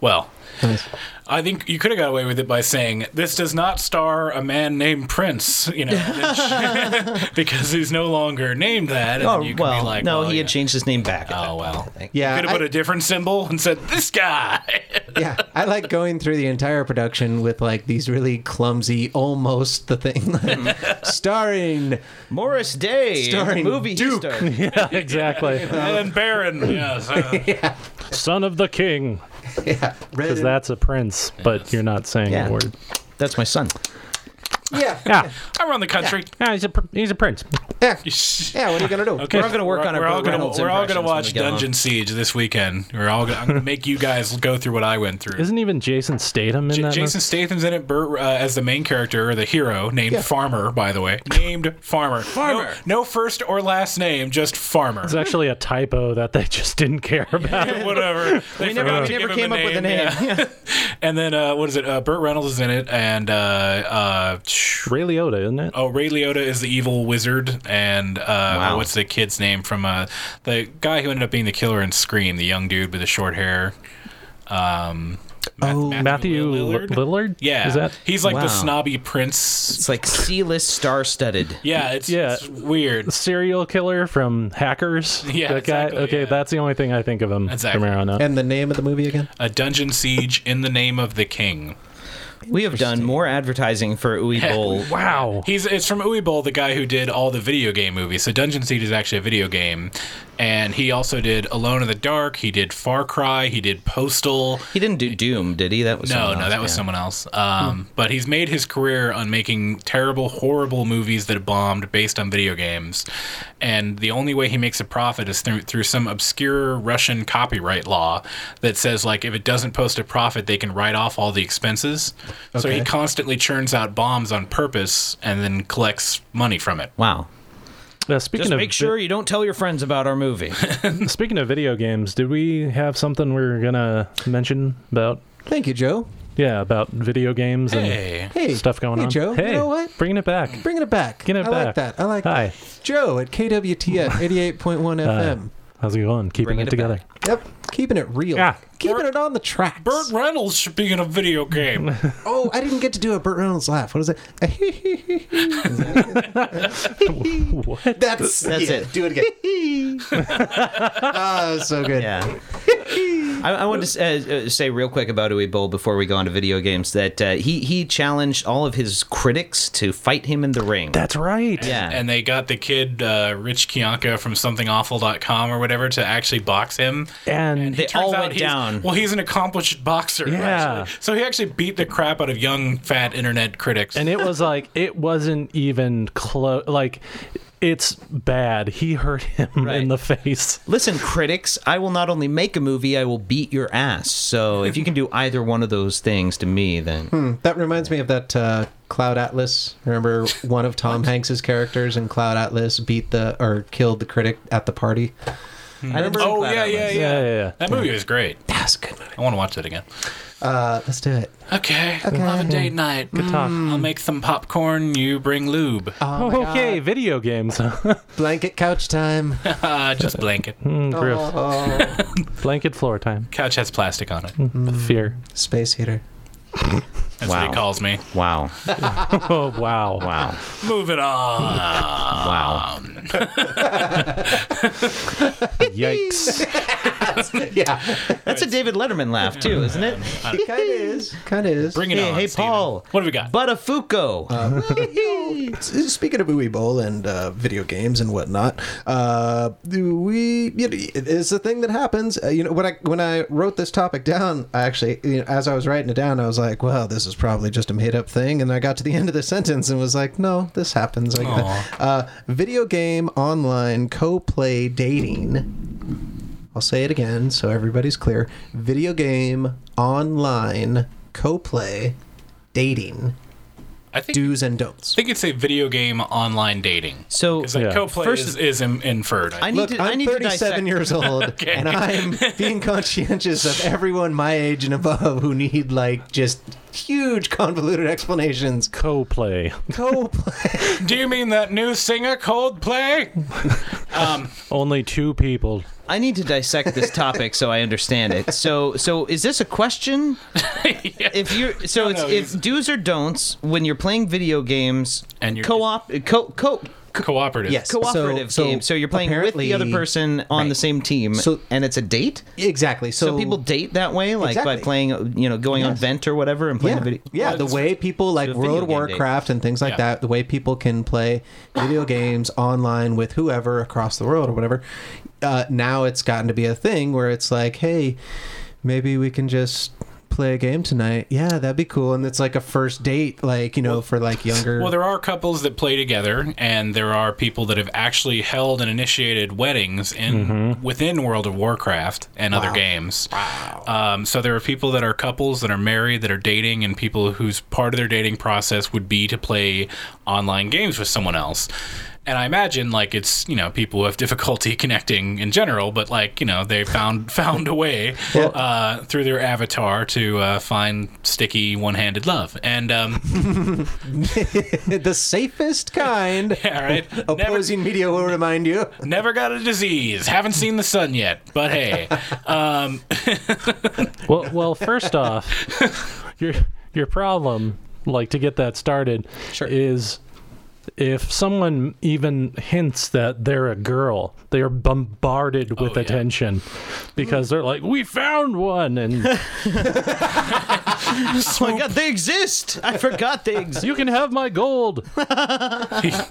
[SPEAKER 3] Well, I think you could have got away with it by saying this does not star a man named Prince, you know, because he's no longer named that. And
[SPEAKER 4] oh
[SPEAKER 3] you could
[SPEAKER 4] well,
[SPEAKER 3] be like,
[SPEAKER 4] no,
[SPEAKER 3] well,
[SPEAKER 4] he had
[SPEAKER 3] yeah.
[SPEAKER 4] changed his name back.
[SPEAKER 3] Oh well,
[SPEAKER 1] Yeah,
[SPEAKER 3] You could have
[SPEAKER 1] I-
[SPEAKER 3] put a different symbol and said this guy.
[SPEAKER 1] yeah, I like going through the entire production with like these really clumsy, almost the thing, like, starring
[SPEAKER 4] Morris Day,
[SPEAKER 1] Starring
[SPEAKER 4] Starring movie he
[SPEAKER 1] Duke.
[SPEAKER 4] starred.
[SPEAKER 2] yeah, exactly.
[SPEAKER 3] and Baron, yes, uh,
[SPEAKER 2] Son of the king.
[SPEAKER 1] Red.
[SPEAKER 2] Because that's a prince, but you're not saying
[SPEAKER 4] Yeah.
[SPEAKER 2] a word.
[SPEAKER 4] That's my son.
[SPEAKER 1] yeah,
[SPEAKER 2] Yeah.
[SPEAKER 3] I run the country.
[SPEAKER 2] yeah he's, a, pr- he's a prince.
[SPEAKER 1] yeah, yeah. What are you gonna do?
[SPEAKER 4] We're all gonna work on our
[SPEAKER 3] we're all
[SPEAKER 4] Burt
[SPEAKER 3] gonna,
[SPEAKER 4] Reynolds
[SPEAKER 3] we're all
[SPEAKER 4] impressions
[SPEAKER 3] gonna
[SPEAKER 4] when we
[SPEAKER 3] watch
[SPEAKER 4] get home.
[SPEAKER 3] Dungeon Siege this weekend. We're all gonna, I'm gonna make you guys go through what I went through.
[SPEAKER 2] Isn't even Jason Statham in
[SPEAKER 3] J-
[SPEAKER 2] that?
[SPEAKER 3] Jason Statham's in it Bert, uh, as the main character, or the hero, named Farmer, by the way. Named Farmer. Farmer. No, no first or last name, just Farmer.
[SPEAKER 2] It's actually a typo that they just didn't care about.
[SPEAKER 3] Whatever. They
[SPEAKER 4] never-
[SPEAKER 3] forgot
[SPEAKER 4] we
[SPEAKER 3] to
[SPEAKER 4] never
[SPEAKER 3] give him
[SPEAKER 4] came up with a name,
[SPEAKER 3] yeah. and then, uh, what is it? Uh, Burt Reynolds is in it, and uh, uh, sh-
[SPEAKER 2] Ray Liotta, isn't it?
[SPEAKER 3] Oh, Ray Liotta is the evil wizard, and uh, what's the kid's name from uh, the guy who ended up being the killer in Scream, the young dude with the short hair. Um, Math-
[SPEAKER 1] Oh,
[SPEAKER 2] Matthew Lillard? Lillard?
[SPEAKER 3] Yeah,
[SPEAKER 2] Is that?
[SPEAKER 3] he's like
[SPEAKER 4] Wow.
[SPEAKER 3] the snobby prince.
[SPEAKER 4] It's like C-list star-studded.
[SPEAKER 3] Yeah, it's,
[SPEAKER 2] Yeah.
[SPEAKER 3] it's weird.
[SPEAKER 2] Serial killer from Hackers.
[SPEAKER 3] Yeah,
[SPEAKER 2] that guy.
[SPEAKER 3] exactly,
[SPEAKER 2] okay,
[SPEAKER 3] yeah.
[SPEAKER 2] that's the only thing I think of him
[SPEAKER 3] Exactly.
[SPEAKER 2] from here on out.
[SPEAKER 1] And the name of the movie again?
[SPEAKER 3] A dungeon siege in the name of the king.
[SPEAKER 4] We have done more advertising for Uwe Boll.
[SPEAKER 2] wow.
[SPEAKER 3] He's it's from Uwe Boll, the guy who did all the video game movies. So Dungeon Siege is actually a video game, and he also did Alone in the Dark. He did Far Cry. He did Postal.
[SPEAKER 4] He didn't do Doom, did he? That was
[SPEAKER 3] No,
[SPEAKER 4] someone
[SPEAKER 3] no,
[SPEAKER 4] else,
[SPEAKER 3] that was
[SPEAKER 4] yeah. Hmm.
[SPEAKER 3] someone else. Um, But he's made his career on making terrible, horrible movies that bombed based on video games. And the only way he makes a profit is through, through some obscure Russian copyright law that says, like, if it doesn't post a profit, they can write off all the expenses. So he
[SPEAKER 1] Okay.
[SPEAKER 3] constantly churns out bombs on purpose and then collects money from it.
[SPEAKER 4] Wow.
[SPEAKER 2] Uh, speaking
[SPEAKER 4] Just
[SPEAKER 2] of
[SPEAKER 4] make
[SPEAKER 2] vi-
[SPEAKER 4] sure you don't tell your friends about our movie.
[SPEAKER 2] speaking of video games, did we have something we were gonna mention about?
[SPEAKER 1] Thank you, Joe.
[SPEAKER 2] Yeah, about video games
[SPEAKER 4] Hmm.
[SPEAKER 3] Hey.
[SPEAKER 2] and
[SPEAKER 1] Hey,
[SPEAKER 2] stuff going
[SPEAKER 1] hey,
[SPEAKER 2] on.
[SPEAKER 1] Joe, you
[SPEAKER 2] hey,
[SPEAKER 1] know what?
[SPEAKER 2] Bringing it back.
[SPEAKER 1] Bringing it back.
[SPEAKER 2] Get it
[SPEAKER 1] I
[SPEAKER 2] back.
[SPEAKER 1] like that. I like
[SPEAKER 2] Hi.
[SPEAKER 1] that. Joe at KWTF 88.1 FM.
[SPEAKER 2] How's it going? Keeping
[SPEAKER 4] Bringing
[SPEAKER 2] it,
[SPEAKER 4] it
[SPEAKER 2] together.
[SPEAKER 4] back.
[SPEAKER 1] Yep. Keeping it real.
[SPEAKER 2] Yeah.
[SPEAKER 1] Keeping
[SPEAKER 3] Burt-
[SPEAKER 1] it on the tracks.
[SPEAKER 3] Burt Reynolds should be in a video game.
[SPEAKER 1] Oh, I didn't get to do a Burt Reynolds laugh. What is it?
[SPEAKER 2] What?
[SPEAKER 1] That's,
[SPEAKER 4] That's
[SPEAKER 1] yeah,
[SPEAKER 4] it.
[SPEAKER 1] Do it again. Ah, so good.
[SPEAKER 4] Yeah. I, I wanted to s- uh, uh, say real quick about Uwe Boll before we go on to video games that uh, he he challenged all of his critics to fight him in the ring.
[SPEAKER 2] That's right.
[SPEAKER 4] yeah.
[SPEAKER 3] and they got the kid uh, Rich Kianka from somethingawful.com or whatever to actually box him.
[SPEAKER 2] And
[SPEAKER 4] They all went
[SPEAKER 3] he's-
[SPEAKER 4] down.
[SPEAKER 3] Well, he's an accomplished boxer.
[SPEAKER 2] Yeah.
[SPEAKER 3] actually. So he actually beat the crap out of young fat internet critics.
[SPEAKER 2] and it was like it wasn't even close. Like it's bad. He hurt him in
[SPEAKER 4] Right.
[SPEAKER 2] the face.
[SPEAKER 4] Listen, critics, I will not only make a movie, I will beat your ass. So if you can do either one of those things to me, then
[SPEAKER 3] Hmm.
[SPEAKER 1] That reminds me of that uh, Cloud Atlas. Remember one of Tom Hanks's characters in Cloud Atlas beat the or killed the critic at the party.
[SPEAKER 4] I remember.
[SPEAKER 3] oh yeah, yeah, yeah,
[SPEAKER 2] Yeah, yeah, yeah.
[SPEAKER 3] That movie was great.
[SPEAKER 1] That's a good movie.
[SPEAKER 3] I want to watch that again.
[SPEAKER 1] Uh, let's do it.
[SPEAKER 3] Okay. Love and date night. Good
[SPEAKER 2] talk.
[SPEAKER 3] I'll make some popcorn. You bring lube.
[SPEAKER 1] Mm.
[SPEAKER 2] Uh.
[SPEAKER 1] Oh, my
[SPEAKER 2] okay,
[SPEAKER 1] God.
[SPEAKER 2] video games. Mm,
[SPEAKER 1] Blanket couch time.
[SPEAKER 3] Uh, just blanket.
[SPEAKER 2] Mm-hmm. Griff.
[SPEAKER 1] Oh,
[SPEAKER 2] Blanket floor time.
[SPEAKER 3] Couch has plastic on it.
[SPEAKER 1] Mm.
[SPEAKER 2] Fear.
[SPEAKER 1] space heater.
[SPEAKER 3] That's what
[SPEAKER 4] Wow.
[SPEAKER 3] he calls me.
[SPEAKER 4] Wow.
[SPEAKER 2] Oh wow.
[SPEAKER 4] Wow.
[SPEAKER 3] Moving on.
[SPEAKER 4] Wow.
[SPEAKER 3] Um.
[SPEAKER 2] Yikes.
[SPEAKER 1] Yeah,
[SPEAKER 4] That's a David Letterman laugh too, isn't it?
[SPEAKER 1] it kind of is. Kind of is.
[SPEAKER 3] Bring it
[SPEAKER 4] Hey,
[SPEAKER 3] on.
[SPEAKER 4] hey
[SPEAKER 3] Steven.
[SPEAKER 4] Paul.
[SPEAKER 3] What do we got? Uh,
[SPEAKER 4] Buttafuoco.
[SPEAKER 1] S- Speaking of Uwe Bowl and uh, video games and whatnot, uh, do we you know, it is a thing that happens. Uh, you know, when I when I wrote this topic down, I actually, you know, as I was writing it down, I was like, "Well, this is probably just a made up thing." And I got to the end of the sentence and was like, "No, this happens." Like that. Uh, video game online co play dating. I'll say it again so everybody's clear. Video game online co play dating
[SPEAKER 3] I think
[SPEAKER 1] do's and don'ts.
[SPEAKER 3] I think it's a video game online dating.
[SPEAKER 4] So
[SPEAKER 3] Because like
[SPEAKER 2] Yeah.
[SPEAKER 3] co-play
[SPEAKER 4] First-
[SPEAKER 3] is, is im- inferred.
[SPEAKER 4] I
[SPEAKER 3] I,
[SPEAKER 4] need
[SPEAKER 1] Look,
[SPEAKER 4] to.
[SPEAKER 1] I'm
[SPEAKER 4] I need
[SPEAKER 1] 37
[SPEAKER 4] to dissect-
[SPEAKER 1] years old, and I'm being conscientious of everyone my age and above who need like just huge convoluted explanations.
[SPEAKER 2] Co-play.
[SPEAKER 1] Co
[SPEAKER 3] Do you mean that new singer Coldplay?
[SPEAKER 2] Only two people.
[SPEAKER 4] I need to dissect this topic so I understand it. So, so is this a question? If you so it's
[SPEAKER 3] no,
[SPEAKER 4] if do's or don'ts when you're playing video games
[SPEAKER 3] And you're-
[SPEAKER 4] co-op co co
[SPEAKER 3] Cooperative.
[SPEAKER 1] Yes. So-
[SPEAKER 4] cooperative
[SPEAKER 1] so
[SPEAKER 4] game. So you're playing with the other
[SPEAKER 1] apparently-
[SPEAKER 4] person on the same team,
[SPEAKER 1] So-
[SPEAKER 4] and it's a date.
[SPEAKER 1] exactly. So,
[SPEAKER 4] So, people date that way, like by
[SPEAKER 1] Exactly.
[SPEAKER 4] playing, you know, going on vent or whatever, and playing
[SPEAKER 1] Yeah,
[SPEAKER 4] the video.
[SPEAKER 1] yeah. The way people like
[SPEAKER 4] video
[SPEAKER 1] World of
[SPEAKER 4] game date.
[SPEAKER 1] Warcraft and things like
[SPEAKER 3] Yeah.
[SPEAKER 1] that. The way people can play video games online with whoever across the world or whatever. Uh, now it's gotten to be a thing where it's like, hey, maybe we can just play a game tonight. Yeah, that'd be cool. And it's like a first date, like you know, for like younger.
[SPEAKER 3] Well, there are couples that play together, and there are people that have actually held and initiated weddings in within World of Warcraft and other games. Wow. Um, so there are people that are couples that are married that are dating, and people whose part of their dating process would be to play online games with someone else. And I imagine like it's you know people who have difficulty connecting in general, but like you know they found found a way uh, through their avatar to uh, find sticky one-handed love, and um,
[SPEAKER 1] the safest kind.
[SPEAKER 3] all right, Never-
[SPEAKER 1] Opposing media will remind you.
[SPEAKER 3] Never got a disease. Haven't seen the sun yet. But hey, um,
[SPEAKER 2] Well, well, first off, your your problem, like to get that started, is if someone even hints that they're a girl, they are bombarded with
[SPEAKER 3] yeah.
[SPEAKER 2] attention because they're like, "We found one," and
[SPEAKER 4] Oh my god, they exist! I forgot they exist.
[SPEAKER 2] you can have my gold.
[SPEAKER 3] Ah.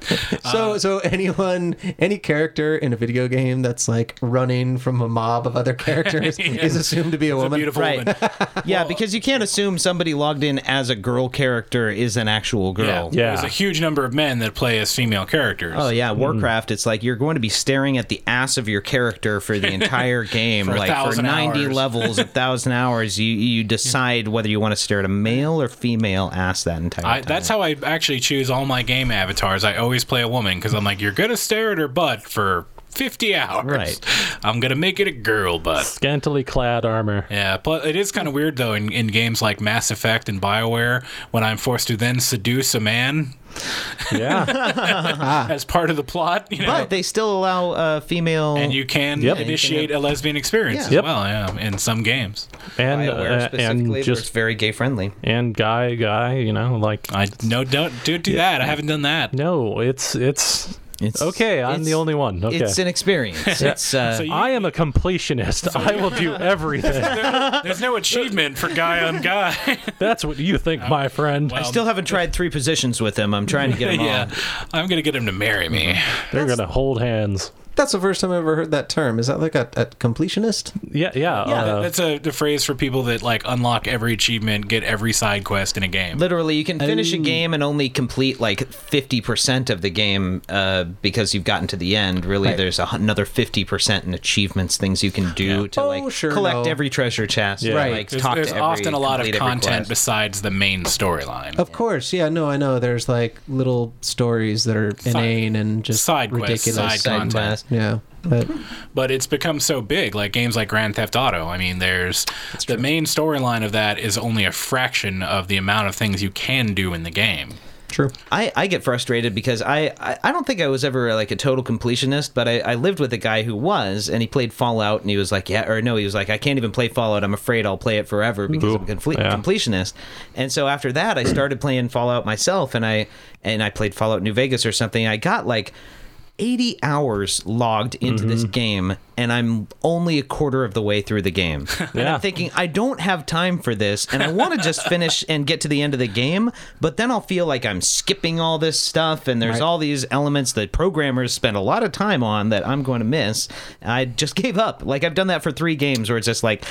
[SPEAKER 1] So, so anyone, any character in a video game that's like running from a mob of other characters is assumed to be a woman.
[SPEAKER 3] beautiful
[SPEAKER 4] Right.
[SPEAKER 3] woman.
[SPEAKER 4] Yeah, because you can't assume somebody logged in as a girl character is an actual
[SPEAKER 3] Yeah.
[SPEAKER 4] girl.
[SPEAKER 2] Yeah.
[SPEAKER 3] There's a huge number of men that play as female characters.
[SPEAKER 4] Oh yeah, Warcraft. It's like you're going to be staring at the ass of your character for the entire game,
[SPEAKER 3] For a
[SPEAKER 4] like for
[SPEAKER 3] thousand
[SPEAKER 4] ninety
[SPEAKER 3] hours.
[SPEAKER 4] levels, a thousand hours. You you decide whether you want to stare at a male or female ass that entire
[SPEAKER 3] I,
[SPEAKER 4] time.
[SPEAKER 3] that's how I actually choose all my game avatars. I always play a woman because I'm like, you're gonna stare at her butt for 50 hours.
[SPEAKER 4] Right.
[SPEAKER 3] I'm gonna make it a girl butt.
[SPEAKER 2] Scantily clad armor.
[SPEAKER 3] Yeah, but it is kind of weird though in, in games like Mass Effect and Bioware when I'm forced to then seduce a man
[SPEAKER 2] Yeah.
[SPEAKER 3] as part of the plot. You know,
[SPEAKER 4] But they still allow uh, female.
[SPEAKER 3] and you can
[SPEAKER 2] Yep.
[SPEAKER 3] initiate a lesbian experience as
[SPEAKER 2] Yep.
[SPEAKER 3] well. Yeah, in some games.
[SPEAKER 2] and
[SPEAKER 4] Bioware
[SPEAKER 2] uh,
[SPEAKER 4] specifically, where
[SPEAKER 2] and
[SPEAKER 4] it's
[SPEAKER 2] just
[SPEAKER 4] very gay friendly.
[SPEAKER 2] and guy guy, you know, like
[SPEAKER 3] I no, don't do do that. I haven't done that.
[SPEAKER 2] no, it's it's
[SPEAKER 4] It's
[SPEAKER 2] okay. I'm
[SPEAKER 4] it's-
[SPEAKER 2] the only one. Okay.
[SPEAKER 4] It's an experience. It's uh,
[SPEAKER 3] So you-
[SPEAKER 2] I am a completionist. I will do everything.
[SPEAKER 3] There's no achievement for guy on guy.
[SPEAKER 2] That's what you think, my friend.
[SPEAKER 4] I still haven't tried three positions with him. I'm trying to get him
[SPEAKER 3] yeah,
[SPEAKER 4] all.
[SPEAKER 3] I'm gonna get him to marry me.
[SPEAKER 4] Mm-hmm.
[SPEAKER 2] They're gonna hold hands.
[SPEAKER 1] That's the first time I ever heard that term. Is that like a, a completionist?
[SPEAKER 2] Yeah, yeah. uh,
[SPEAKER 3] That's a the phrase for people that like unlock every achievement, get every side quest in a game.
[SPEAKER 4] Literally, you can
[SPEAKER 1] Oh.
[SPEAKER 4] finish a game and only complete like 50% of the game uh, because you've gotten to the end. Really, there's a, hun- another 50% in achievements, things you can do to
[SPEAKER 1] Oh,
[SPEAKER 4] like
[SPEAKER 1] sure,
[SPEAKER 4] collect
[SPEAKER 1] no.
[SPEAKER 4] every treasure chest.
[SPEAKER 2] Yeah.
[SPEAKER 4] and,
[SPEAKER 1] Right.
[SPEAKER 4] Like,
[SPEAKER 3] There's,
[SPEAKER 4] talk
[SPEAKER 3] there's
[SPEAKER 4] to every-
[SPEAKER 3] often a lot of
[SPEAKER 4] complete every
[SPEAKER 3] content
[SPEAKER 4] quest. Oh.
[SPEAKER 3] besides the main storyline.
[SPEAKER 1] Of course, yeah. No, I know. There's like little stories that are inane and just
[SPEAKER 3] side quests,
[SPEAKER 1] ridiculous.
[SPEAKER 3] side
[SPEAKER 4] Side
[SPEAKER 3] content.
[SPEAKER 4] quest.
[SPEAKER 1] Yeah, but
[SPEAKER 3] but it's become so big like games like grand theft auto i mean there's the main storyline of that is only a fraction of the amount of things you can do in the game
[SPEAKER 1] true.
[SPEAKER 4] I, I get frustrated because I, I, I don't think I was ever like a total completionist, but I, I lived with a guy who was, and he played Fallout, and he was like, yeah, or no, he was like, I can't even play Fallout. I'm afraid I'll play it forever because I'm a comple-
[SPEAKER 2] Yeah.
[SPEAKER 4] completionist. And so after that, I started playing Fallout myself, and I and I played Fallout New Vegas or something. I got like. 80 hours logged into
[SPEAKER 2] Mm-hmm.
[SPEAKER 4] this game and I'm only a quarter of the way through the game. And
[SPEAKER 2] Yeah.
[SPEAKER 4] I'm thinking I don't have time for this and I want to just finish and get to the end of the game, but then I'll feel like I'm skipping all this stuff and there's all these elements that programmers spend a lot of time on that I'm going to miss. I just gave up. Like I've done that for 3 games where it's just like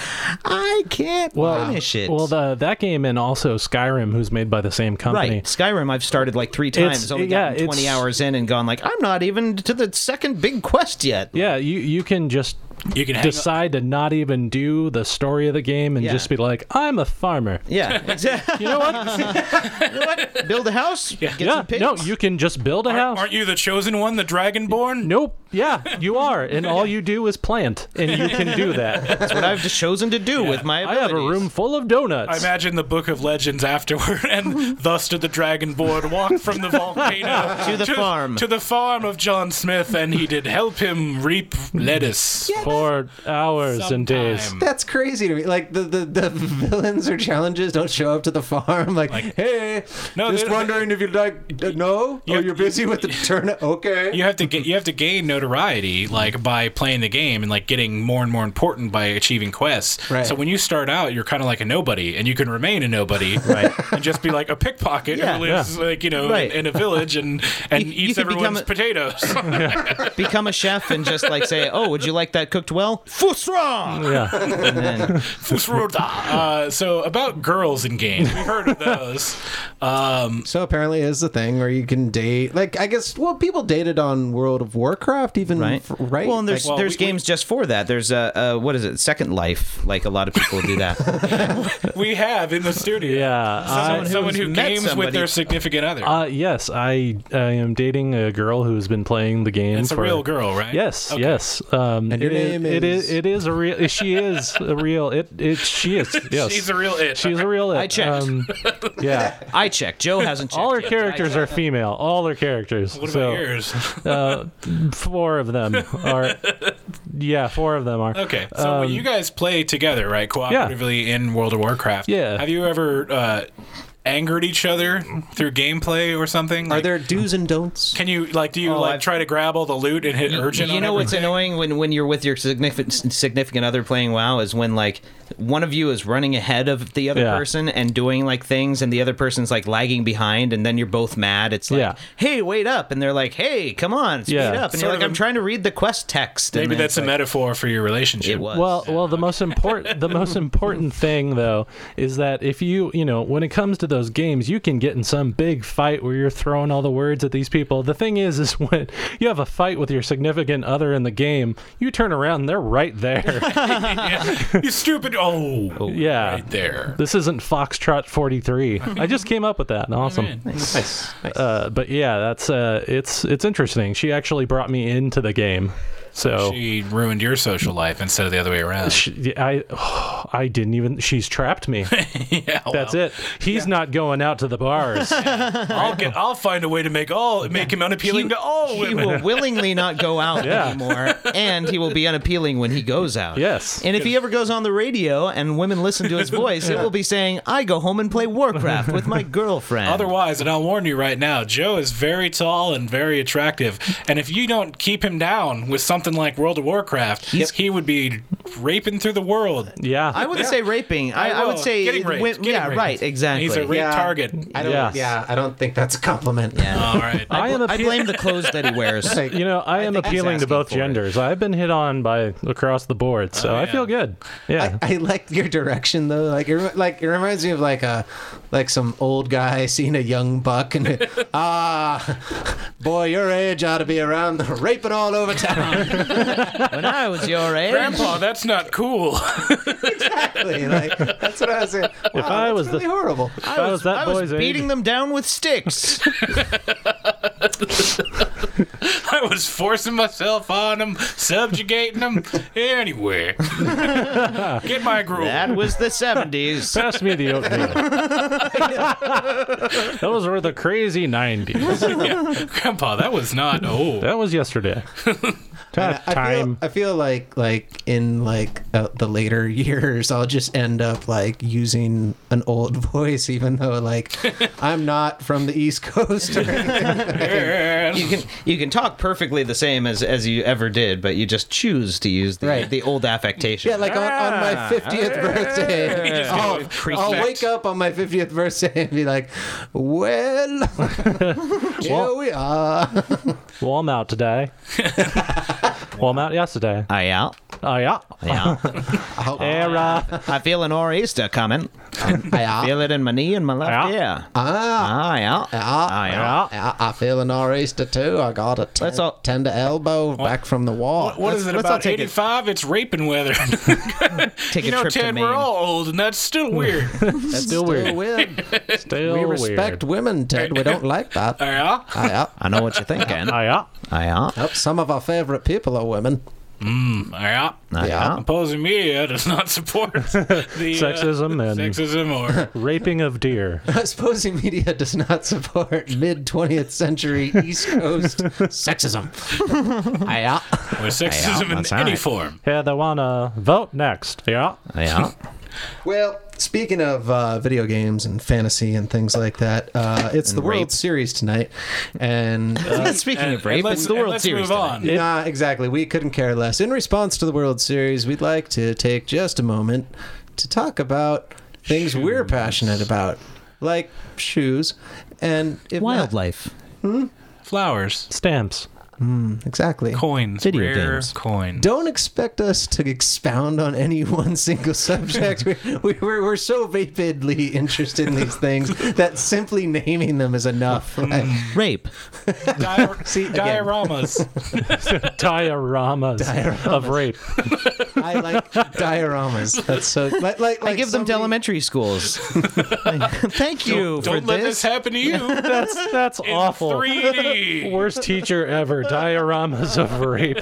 [SPEAKER 4] I can't finish it.
[SPEAKER 2] Well, the, that game and also Skyrim, who's made by the same company.
[SPEAKER 4] Right, Skyrim. I've started like three
[SPEAKER 2] It's-
[SPEAKER 4] times, only
[SPEAKER 2] yeah,
[SPEAKER 4] gotten twenty
[SPEAKER 2] it's-
[SPEAKER 4] hours in, and gone like I'm not even to the second big quest yet.
[SPEAKER 2] Yeah, you you can just
[SPEAKER 3] you can hang
[SPEAKER 2] decide to not even do the story of the game and
[SPEAKER 4] Yeah.
[SPEAKER 2] just be like, I'm a farmer.
[SPEAKER 4] Yeah, exactly.
[SPEAKER 2] You know what?
[SPEAKER 4] you know what? Build a house. Yeah. Get
[SPEAKER 2] yeah,
[SPEAKER 4] some pigs.
[SPEAKER 2] no, you can just build a house.
[SPEAKER 3] aren't you the chosen one the dragonborn
[SPEAKER 2] Nope. Yeah, you are, and all you do is plant, and you can do that.
[SPEAKER 4] That's what I've just chosen to do with my.
[SPEAKER 2] I have a
[SPEAKER 4] abilities.
[SPEAKER 2] room full of
[SPEAKER 3] I
[SPEAKER 2] donuts.
[SPEAKER 3] imagine the Book of Legends afterward, and thus did the Dragonborn walk from the volcano
[SPEAKER 4] To the farm.
[SPEAKER 3] to the farm of John Smith, and he did help him reap lettuce.
[SPEAKER 2] for hours and days.
[SPEAKER 3] sometime.
[SPEAKER 1] That's crazy to me. Like the, the, the villains or challenges don't show up to the farm. Like, hey,
[SPEAKER 3] No, they
[SPEAKER 1] just
[SPEAKER 3] don't-
[SPEAKER 1] wondering if you'd like. Uh, no, oh, you're busy with the turnip. Okay,
[SPEAKER 3] you have to get you have to gain notoriety like by playing the game and like getting more and more important by achieving quests.
[SPEAKER 1] Right.
[SPEAKER 3] So when you start out, you're kind of like a nobody, and you can remain a nobody, right? And just be like a pickpocket
[SPEAKER 4] Yeah.
[SPEAKER 3] who lives like you know
[SPEAKER 4] Right.
[SPEAKER 3] in, in a village and and
[SPEAKER 4] You- you
[SPEAKER 3] eats
[SPEAKER 4] could
[SPEAKER 3] everyone's
[SPEAKER 4] become a-
[SPEAKER 3] potatoes.
[SPEAKER 4] Become a chef and just like say, "Oh, would you like that cooked well?" Fusra.
[SPEAKER 2] Yeah.
[SPEAKER 4] And then
[SPEAKER 3] uh, so about girls in games, we've heard of those. Um,
[SPEAKER 1] So apparently, it is the thing where you can date. Like, I guess, well, people dated on World of Warcraft, even
[SPEAKER 4] right,
[SPEAKER 1] right. right?
[SPEAKER 4] Well, and there's
[SPEAKER 1] Like,
[SPEAKER 4] there's
[SPEAKER 3] we- we-
[SPEAKER 4] games just for that. There's uh, uh, what is it? Second Life. Like a lot of people do that.
[SPEAKER 3] we have in the studio.
[SPEAKER 2] Yeah.
[SPEAKER 3] Someone,
[SPEAKER 2] I-
[SPEAKER 3] someone who
[SPEAKER 4] who's met
[SPEAKER 3] games with
[SPEAKER 4] somebody.
[SPEAKER 3] their significant other.
[SPEAKER 2] Uh, yes, I, I am dating a girl who's been playing the game.
[SPEAKER 3] it's a
[SPEAKER 2] for-
[SPEAKER 3] real girl, right?
[SPEAKER 2] Yes,
[SPEAKER 3] Okay.
[SPEAKER 2] yes. Um,
[SPEAKER 1] And your
[SPEAKER 2] it is-
[SPEAKER 1] name
[SPEAKER 2] it
[SPEAKER 1] is-
[SPEAKER 2] is it is a real. She is a real. It it she is. Yes,
[SPEAKER 3] She's a real it.
[SPEAKER 2] She's a real. It. Um,
[SPEAKER 4] I checked.
[SPEAKER 2] yeah,
[SPEAKER 4] I checked. Joe hasn't checked.
[SPEAKER 2] all her
[SPEAKER 4] yet.
[SPEAKER 2] characters are female. All her characters.
[SPEAKER 3] What about
[SPEAKER 2] so
[SPEAKER 3] yours?
[SPEAKER 2] uh, four of them are. Yeah, four of them are.
[SPEAKER 3] Okay, so
[SPEAKER 4] Um,
[SPEAKER 3] when you guys play together, right, cooperatively in World of Warcraft,
[SPEAKER 2] Yeah.
[SPEAKER 3] have you ever uh, angered each other through gameplay or something?
[SPEAKER 1] are
[SPEAKER 3] Like,
[SPEAKER 1] there do's and don'ts?
[SPEAKER 3] Can you like do you
[SPEAKER 4] Oh,
[SPEAKER 3] like
[SPEAKER 4] I've-
[SPEAKER 3] try to grab all the loot and hit urgent?
[SPEAKER 4] You
[SPEAKER 3] on
[SPEAKER 4] know what's
[SPEAKER 3] everything?
[SPEAKER 4] annoying when, when you're with your significant significant other playing WoW is when like one of you is running ahead of the other
[SPEAKER 2] Yeah.
[SPEAKER 4] person and doing like things, and the other person's like lagging behind, and then you're both mad. It's like,
[SPEAKER 2] Yeah.
[SPEAKER 4] hey, wait up, and they're like, hey, come on, speed
[SPEAKER 2] Yeah.
[SPEAKER 4] up, and
[SPEAKER 3] Sort
[SPEAKER 4] you're
[SPEAKER 3] of
[SPEAKER 4] like,
[SPEAKER 3] a-
[SPEAKER 4] I'm trying to read the quest text. and
[SPEAKER 3] Maybe
[SPEAKER 4] then
[SPEAKER 3] that's
[SPEAKER 4] it's
[SPEAKER 3] a
[SPEAKER 4] like,
[SPEAKER 3] metaphor for your relationship.
[SPEAKER 4] It was.
[SPEAKER 2] Well, well, the most important the most important thing though is that if you you know when it comes to those games, you can get in some big fight where you're throwing all the words at these people. The thing is, is when you have a fight with your significant other in the game, you turn around and they're right there.
[SPEAKER 3] you stupid. Oh,
[SPEAKER 2] yeah.
[SPEAKER 3] right there.
[SPEAKER 2] This isn't Foxtrot 43. I just came up with that. Awesome.
[SPEAKER 1] Nice. nice.
[SPEAKER 2] Uh, but yeah, that's uh, it's it's interesting. She actually brought me into the game, so
[SPEAKER 3] She ruined your social life instead of the other way around.
[SPEAKER 2] she, I I didn't even. She's trapped me.
[SPEAKER 3] yeah, well,
[SPEAKER 2] That's it. He's not going out to the bars.
[SPEAKER 3] I'll get. I'll find a way to make all make him unappealing to all
[SPEAKER 4] He
[SPEAKER 3] women.
[SPEAKER 4] will willingly not go out
[SPEAKER 2] Yeah.
[SPEAKER 4] anymore, and he will be unappealing when he goes out.
[SPEAKER 2] Yes.
[SPEAKER 4] And if he ever goes on the radio and women listen to his voice, it will be saying, I go home and play Warcraft with my girlfriend.
[SPEAKER 3] Otherwise, and I'll warn you right now, Joe is very tall and very attractive. And if you don't keep him down with something like World of Warcraft, he would be raping through the world.
[SPEAKER 2] Yeah.
[SPEAKER 4] I wouldn't say raping. I, I would
[SPEAKER 3] Well,
[SPEAKER 4] say,
[SPEAKER 3] Oh, getting raped,
[SPEAKER 4] wi-
[SPEAKER 3] getting
[SPEAKER 4] yeah,
[SPEAKER 3] raped.
[SPEAKER 4] right, exactly.
[SPEAKER 3] He's a rape
[SPEAKER 1] Yeah.
[SPEAKER 3] target.
[SPEAKER 1] I don't.
[SPEAKER 2] Yes.
[SPEAKER 1] Yeah, I don't think that's a compliment.
[SPEAKER 3] All right.
[SPEAKER 2] I am
[SPEAKER 4] I
[SPEAKER 2] appe-
[SPEAKER 4] blame the clothes that he wears.
[SPEAKER 1] Like,
[SPEAKER 2] You know, I, am
[SPEAKER 1] think he's
[SPEAKER 2] appealing to
[SPEAKER 1] asking
[SPEAKER 2] both
[SPEAKER 1] for it.
[SPEAKER 2] genders. I've been hit on by across the board, so I
[SPEAKER 3] yeah.
[SPEAKER 2] feel good. Yeah.
[SPEAKER 1] I like your direction though. Like it, rem- like it reminds me of like a like some old guy seeing a young buck and ah, boy, your age ought to be around raping all over town.
[SPEAKER 4] When I was your age,
[SPEAKER 3] Grandpa, that's not cool.
[SPEAKER 1] exactly. Like that's what I was saying. Wow, if
[SPEAKER 2] I
[SPEAKER 1] I
[SPEAKER 2] was
[SPEAKER 1] was
[SPEAKER 2] the-
[SPEAKER 1] really horrible.
[SPEAKER 2] If I was that
[SPEAKER 4] I was
[SPEAKER 2] boy's
[SPEAKER 4] beating
[SPEAKER 2] age.
[SPEAKER 4] them down with sticks.
[SPEAKER 3] I was forcing myself on him, subjugating him. Anyway, get my groove.
[SPEAKER 4] that was the 70s.
[SPEAKER 2] Pass me the oatmeal. Those were the crazy 90s.
[SPEAKER 3] Grandpa, that was not. Oh,
[SPEAKER 2] That was yesterday. Tough
[SPEAKER 1] I feel,
[SPEAKER 2] time.
[SPEAKER 1] I feel like like in like uh, the later years I'll just end up like using an old voice even though like I'm not from the East Coast. or
[SPEAKER 4] You can you can talk perfectly the same as, as you ever did, but you just choose to use the,
[SPEAKER 1] Right.
[SPEAKER 4] the old affectation.
[SPEAKER 1] Yeah, like on, on my 50th birthday.
[SPEAKER 3] just
[SPEAKER 1] I'll,
[SPEAKER 3] go creep
[SPEAKER 1] I'll
[SPEAKER 3] back.
[SPEAKER 1] wake up on my 50th birthday and be like, well, here we are.
[SPEAKER 2] Well, I'm out today. well, I'm out yesterday.
[SPEAKER 4] I out.
[SPEAKER 2] Oh, yeah.
[SPEAKER 4] Yeah.
[SPEAKER 2] Era.
[SPEAKER 4] I feel an nor'easter coming.
[SPEAKER 1] I
[SPEAKER 3] Ah.
[SPEAKER 1] are.
[SPEAKER 4] Feel it in my knee and my left
[SPEAKER 2] Yeah.
[SPEAKER 4] ear. Ah, yeah. Ah, yeah.
[SPEAKER 1] I, I feel an nor'easter too. I got a ten,
[SPEAKER 4] Let's all-
[SPEAKER 1] tender elbow back from the wall.
[SPEAKER 3] what is it
[SPEAKER 4] let's all
[SPEAKER 3] about
[SPEAKER 4] take a-
[SPEAKER 3] 85? It's raping weather.
[SPEAKER 4] Take
[SPEAKER 3] you
[SPEAKER 4] a
[SPEAKER 3] know,
[SPEAKER 4] trip to
[SPEAKER 3] Ted,
[SPEAKER 4] Maine.
[SPEAKER 3] we're all old, and that's still weird.
[SPEAKER 1] That's
[SPEAKER 2] still weird.
[SPEAKER 1] weird.
[SPEAKER 2] Still
[SPEAKER 1] we respect
[SPEAKER 2] weird.
[SPEAKER 1] women, Ted. We don't like that.
[SPEAKER 3] All right.
[SPEAKER 1] Aye, aye.
[SPEAKER 4] I know what you're thinking.
[SPEAKER 2] Oh, yeah.
[SPEAKER 4] I out.
[SPEAKER 1] Yep, some of our favorite people are women.
[SPEAKER 3] All right.
[SPEAKER 1] Yeah.
[SPEAKER 3] Opposing media does not support the
[SPEAKER 2] Sexism
[SPEAKER 3] uh,
[SPEAKER 2] and-
[SPEAKER 3] sexism or
[SPEAKER 2] Raping of deer.
[SPEAKER 1] Supposing media does not support mid 20th century East Coast sexism. Ah, Aye, aye.
[SPEAKER 3] or sexism in
[SPEAKER 4] that's
[SPEAKER 3] any
[SPEAKER 4] alright.
[SPEAKER 3] form.
[SPEAKER 2] Hey, they wanna vote next. Yeah.
[SPEAKER 4] Yeah.
[SPEAKER 1] Well, speaking of uh, video games and fantasy and things like that, uh, it's the
[SPEAKER 4] rape.
[SPEAKER 1] World Series tonight, and uh,
[SPEAKER 4] Speaking
[SPEAKER 3] And-
[SPEAKER 4] of rape,
[SPEAKER 3] and let's,
[SPEAKER 4] it's the
[SPEAKER 3] and
[SPEAKER 4] World
[SPEAKER 3] let's
[SPEAKER 4] Series.
[SPEAKER 3] move
[SPEAKER 4] tonight.
[SPEAKER 3] on.
[SPEAKER 1] nah, exactly, we couldn't care less. In response to the World Series, we'd like to take just a moment to talk about things we're passionate about, like shoes and if not-
[SPEAKER 4] Wildlife.
[SPEAKER 3] Flowers,
[SPEAKER 2] Stamps.
[SPEAKER 1] exactly.
[SPEAKER 3] coins,
[SPEAKER 4] Video
[SPEAKER 3] rare
[SPEAKER 4] games.
[SPEAKER 3] coin.
[SPEAKER 1] Don't expect us to expound on any one single subject. we, we, we're, we're so vapidly interested in these things that simply naming them is enough. Like,
[SPEAKER 4] Rape.
[SPEAKER 3] Dior-
[SPEAKER 1] See, again.
[SPEAKER 3] dioramas.
[SPEAKER 2] Dioramas, of rape.
[SPEAKER 1] I like dioramas. That's so. Like, like,
[SPEAKER 4] I give them to elementary schools. Thank you for
[SPEAKER 3] Don't let this happen to you.
[SPEAKER 2] That's that's
[SPEAKER 3] in
[SPEAKER 2] awful.
[SPEAKER 3] 3D.
[SPEAKER 2] Worst teacher ever. Dioramas of rape.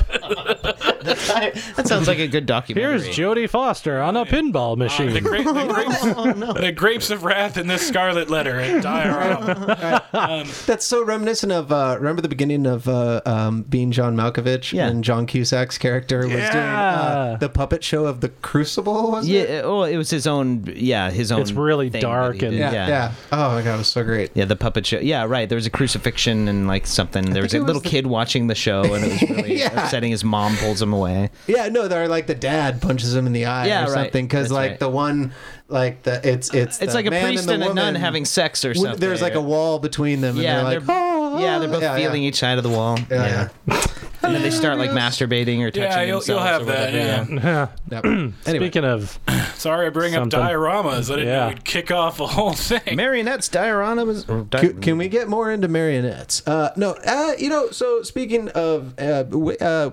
[SPEAKER 4] That sounds like a good documentary.
[SPEAKER 2] Here's Jodie Foster on a pinball machine.
[SPEAKER 3] the, gra- the grapes,
[SPEAKER 4] Oh,
[SPEAKER 3] the grapes of wrath in this scarlet letter and diorama.
[SPEAKER 1] That's so reminiscent of. Uh, remember the beginning of uh, um, being John Malkovich
[SPEAKER 4] Yeah.
[SPEAKER 1] and John Cusack's character was doing
[SPEAKER 2] Yeah.
[SPEAKER 1] uh, the puppet show of the Crucible. Was it?
[SPEAKER 4] Yeah. Oh, it was his own. Yeah, his own.
[SPEAKER 2] It's really
[SPEAKER 4] thing
[SPEAKER 2] dark
[SPEAKER 4] that he
[SPEAKER 2] and-
[SPEAKER 4] did.
[SPEAKER 1] Yeah, yeah. Oh my god, it was so great.
[SPEAKER 4] Yeah, the puppet show. Yeah, right. There was a crucifixion and like something. There was a
[SPEAKER 1] it was
[SPEAKER 4] little
[SPEAKER 1] the-
[SPEAKER 4] kid watching the show, and it was really
[SPEAKER 1] Yeah.
[SPEAKER 4] upsetting. His mom pulls him away.
[SPEAKER 1] Yeah, no, they're like the dad punches him in the eye
[SPEAKER 4] Yeah,
[SPEAKER 1] or
[SPEAKER 4] right.
[SPEAKER 1] something because
[SPEAKER 4] That's
[SPEAKER 1] like
[SPEAKER 4] right.
[SPEAKER 1] the one, like the it's it's
[SPEAKER 4] It's
[SPEAKER 1] the
[SPEAKER 4] like a
[SPEAKER 1] man
[SPEAKER 4] priest
[SPEAKER 1] the
[SPEAKER 4] and, a nun
[SPEAKER 1] woman.
[SPEAKER 4] having sex or something.
[SPEAKER 1] There's like a wall between them, and
[SPEAKER 4] yeah,
[SPEAKER 1] they're like, "Oh,
[SPEAKER 4] yeah, they're both
[SPEAKER 1] Yeah, yeah.
[SPEAKER 4] feeling each side of the wall. Yeah,
[SPEAKER 1] yeah.
[SPEAKER 4] and then they start like masturbating or touching
[SPEAKER 3] Yeah, you'll- you'll
[SPEAKER 4] themselves.
[SPEAKER 3] have
[SPEAKER 4] or
[SPEAKER 3] that,
[SPEAKER 4] whatever,
[SPEAKER 3] yeah.
[SPEAKER 1] Yep. anyway,
[SPEAKER 2] Speaking of,
[SPEAKER 3] Sorry, I bring
[SPEAKER 2] Something.
[SPEAKER 3] up dioramas. I didn't
[SPEAKER 2] Yeah.
[SPEAKER 3] know we'd kick off a whole thing.
[SPEAKER 4] Marionettes, dioramas. Or di-
[SPEAKER 1] Can, can we get more into marionettes? Uh, no, uh, you know. So speaking of uh, w- uh,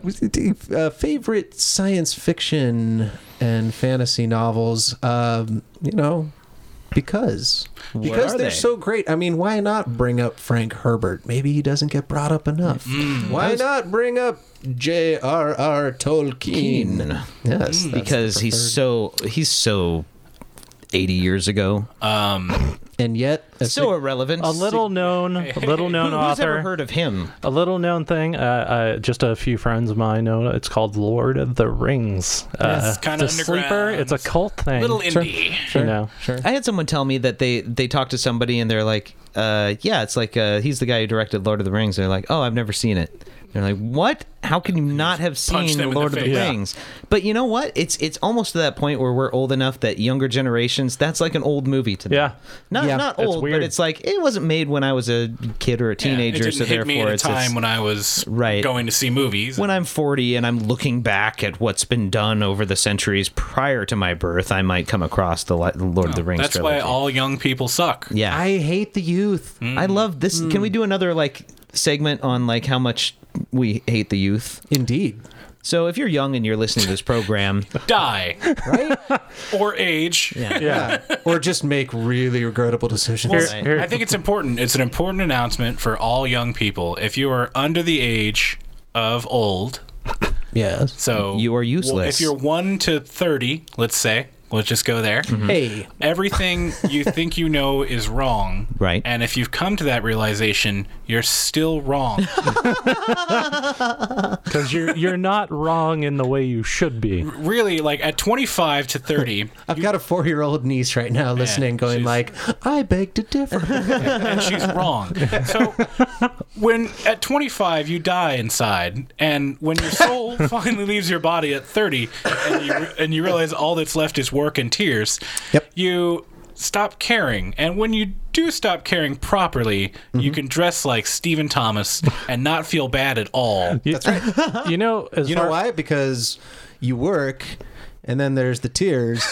[SPEAKER 1] uh, favorite science fiction and fantasy novels, um, you know, because because
[SPEAKER 4] are
[SPEAKER 1] they're
[SPEAKER 4] they?
[SPEAKER 1] so great. I mean, why not bring up Frank Herbert? Maybe he doesn't get brought up enough.
[SPEAKER 4] Mm-hmm. Mm.
[SPEAKER 1] Why not bring up J.R.R. Tolkien? Yes, that's
[SPEAKER 4] because
[SPEAKER 1] the
[SPEAKER 4] he's
[SPEAKER 1] preferred.
[SPEAKER 4] so he's so 80 years ago.
[SPEAKER 1] and yet a
[SPEAKER 4] so irrelevant.
[SPEAKER 2] a little known, a little known
[SPEAKER 4] Who- Who's ever
[SPEAKER 2] author,
[SPEAKER 4] heard of him?
[SPEAKER 2] a little known thing. Uh, uh, just a few friends of mine know. It's called Lord of the Rings. Uh,
[SPEAKER 3] Yes, kinda
[SPEAKER 2] it's a sleeper.
[SPEAKER 3] underground.
[SPEAKER 2] It's a cult thing.
[SPEAKER 3] Little
[SPEAKER 2] Sure.
[SPEAKER 3] indie.
[SPEAKER 2] You know.
[SPEAKER 1] sure.
[SPEAKER 4] I had someone tell me that they they talked to somebody and they're like, uh, yeah, it's like uh, he's the guy who directed Lord of the Rings. They're like, oh, I've never seen it. They're like, what? How can you not have
[SPEAKER 3] punch
[SPEAKER 4] seen
[SPEAKER 3] them in the
[SPEAKER 4] Lord of the
[SPEAKER 3] face. Yeah.
[SPEAKER 4] Rings? But you know what? It's it's almost to that point where we're old enough that younger generations that's like an old movie to them.
[SPEAKER 2] Yeah.
[SPEAKER 4] not
[SPEAKER 1] Yeah.
[SPEAKER 4] not
[SPEAKER 2] It's
[SPEAKER 4] old,
[SPEAKER 2] weird.
[SPEAKER 4] but it's like it wasn't made when I was a kid or a teenager,
[SPEAKER 3] it didn't
[SPEAKER 4] so
[SPEAKER 3] hit me at
[SPEAKER 4] therefore
[SPEAKER 3] a
[SPEAKER 4] it's,
[SPEAKER 3] time
[SPEAKER 4] it's
[SPEAKER 3] when I was
[SPEAKER 4] Right.
[SPEAKER 3] going to see movies.
[SPEAKER 4] when I'm 40 and I'm looking back at what's been done over the centuries prior to my birth, I might come across the li- Lord of the Rings.
[SPEAKER 3] Oh, That's
[SPEAKER 4] trilogy.
[SPEAKER 3] why all young people suck.
[SPEAKER 4] Yeah, I,
[SPEAKER 1] I hate the youth.
[SPEAKER 4] Mm. love this. Can
[SPEAKER 3] Hmm.
[SPEAKER 4] we do another like segment on like how much we hate the youth?
[SPEAKER 1] Indeed,
[SPEAKER 4] So if you're young and you're listening to this program,
[SPEAKER 3] Die
[SPEAKER 1] right?
[SPEAKER 3] or age.
[SPEAKER 2] Yeah.
[SPEAKER 1] or just make really regrettable decisions.
[SPEAKER 3] Well,
[SPEAKER 2] Here- here-
[SPEAKER 3] I think it's important. It's an important announcement for all young people. If you are under the age of old,
[SPEAKER 1] yes.
[SPEAKER 3] so
[SPEAKER 4] You are
[SPEAKER 3] well,
[SPEAKER 4] useless.
[SPEAKER 3] if you're one to thirty, let's say, let's just go there.
[SPEAKER 4] Mm-hmm.
[SPEAKER 1] Hey,
[SPEAKER 3] Everything you think you know is wrong.
[SPEAKER 4] Right.
[SPEAKER 3] And if you've come to that realization, you're still wrong.
[SPEAKER 2] Because you're you're not wrong in the way you should be.
[SPEAKER 3] really, like at 25 to 30,
[SPEAKER 1] I've got a four-year-old niece right now listening, going
[SPEAKER 3] she's-
[SPEAKER 1] like, "I beg to differ."
[SPEAKER 3] and she's wrong. So when at 25 you die inside, and when your soul finally leaves your body at 30, and you and you realize all that's left is work and tears,
[SPEAKER 1] Yep.
[SPEAKER 3] you stop caring. And when you do stop caring properly, you can dress like Stephen Thomas and not feel bad at all.
[SPEAKER 2] You, That's right. You know. As
[SPEAKER 1] you know
[SPEAKER 2] far-
[SPEAKER 1] why? Because you work, and then there's the tears.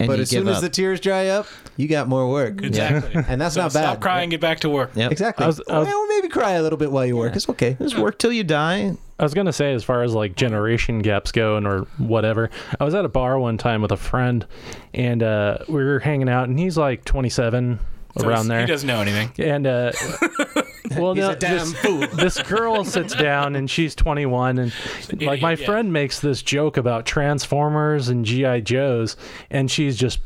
[SPEAKER 4] And
[SPEAKER 1] but
[SPEAKER 4] you
[SPEAKER 1] as soon
[SPEAKER 4] give
[SPEAKER 1] as
[SPEAKER 4] up.
[SPEAKER 1] the tears dry up, you got more work.
[SPEAKER 3] Exactly.
[SPEAKER 1] And that's not bad.
[SPEAKER 3] Stop crying. Get back to work.
[SPEAKER 4] yep.
[SPEAKER 1] Exactly.
[SPEAKER 2] I was- I was-
[SPEAKER 1] Well, maybe cry a little bit while you work. It's okay.
[SPEAKER 4] Just work till you die.
[SPEAKER 2] I was gonna say, as far as like generation gaps go and or whatever, I was at a bar one time with a friend, and uh, we were hanging out, and he's like 27
[SPEAKER 3] So
[SPEAKER 2] around
[SPEAKER 3] he's-
[SPEAKER 2] there.
[SPEAKER 3] He doesn't know anything.
[SPEAKER 2] and uh, well, no,
[SPEAKER 1] a damn
[SPEAKER 2] this,
[SPEAKER 1] fool.
[SPEAKER 2] this girl sits down and she's 21, and like my
[SPEAKER 3] idiot, yeah.
[SPEAKER 2] friend makes this joke about Transformers and GI Joes, and she's just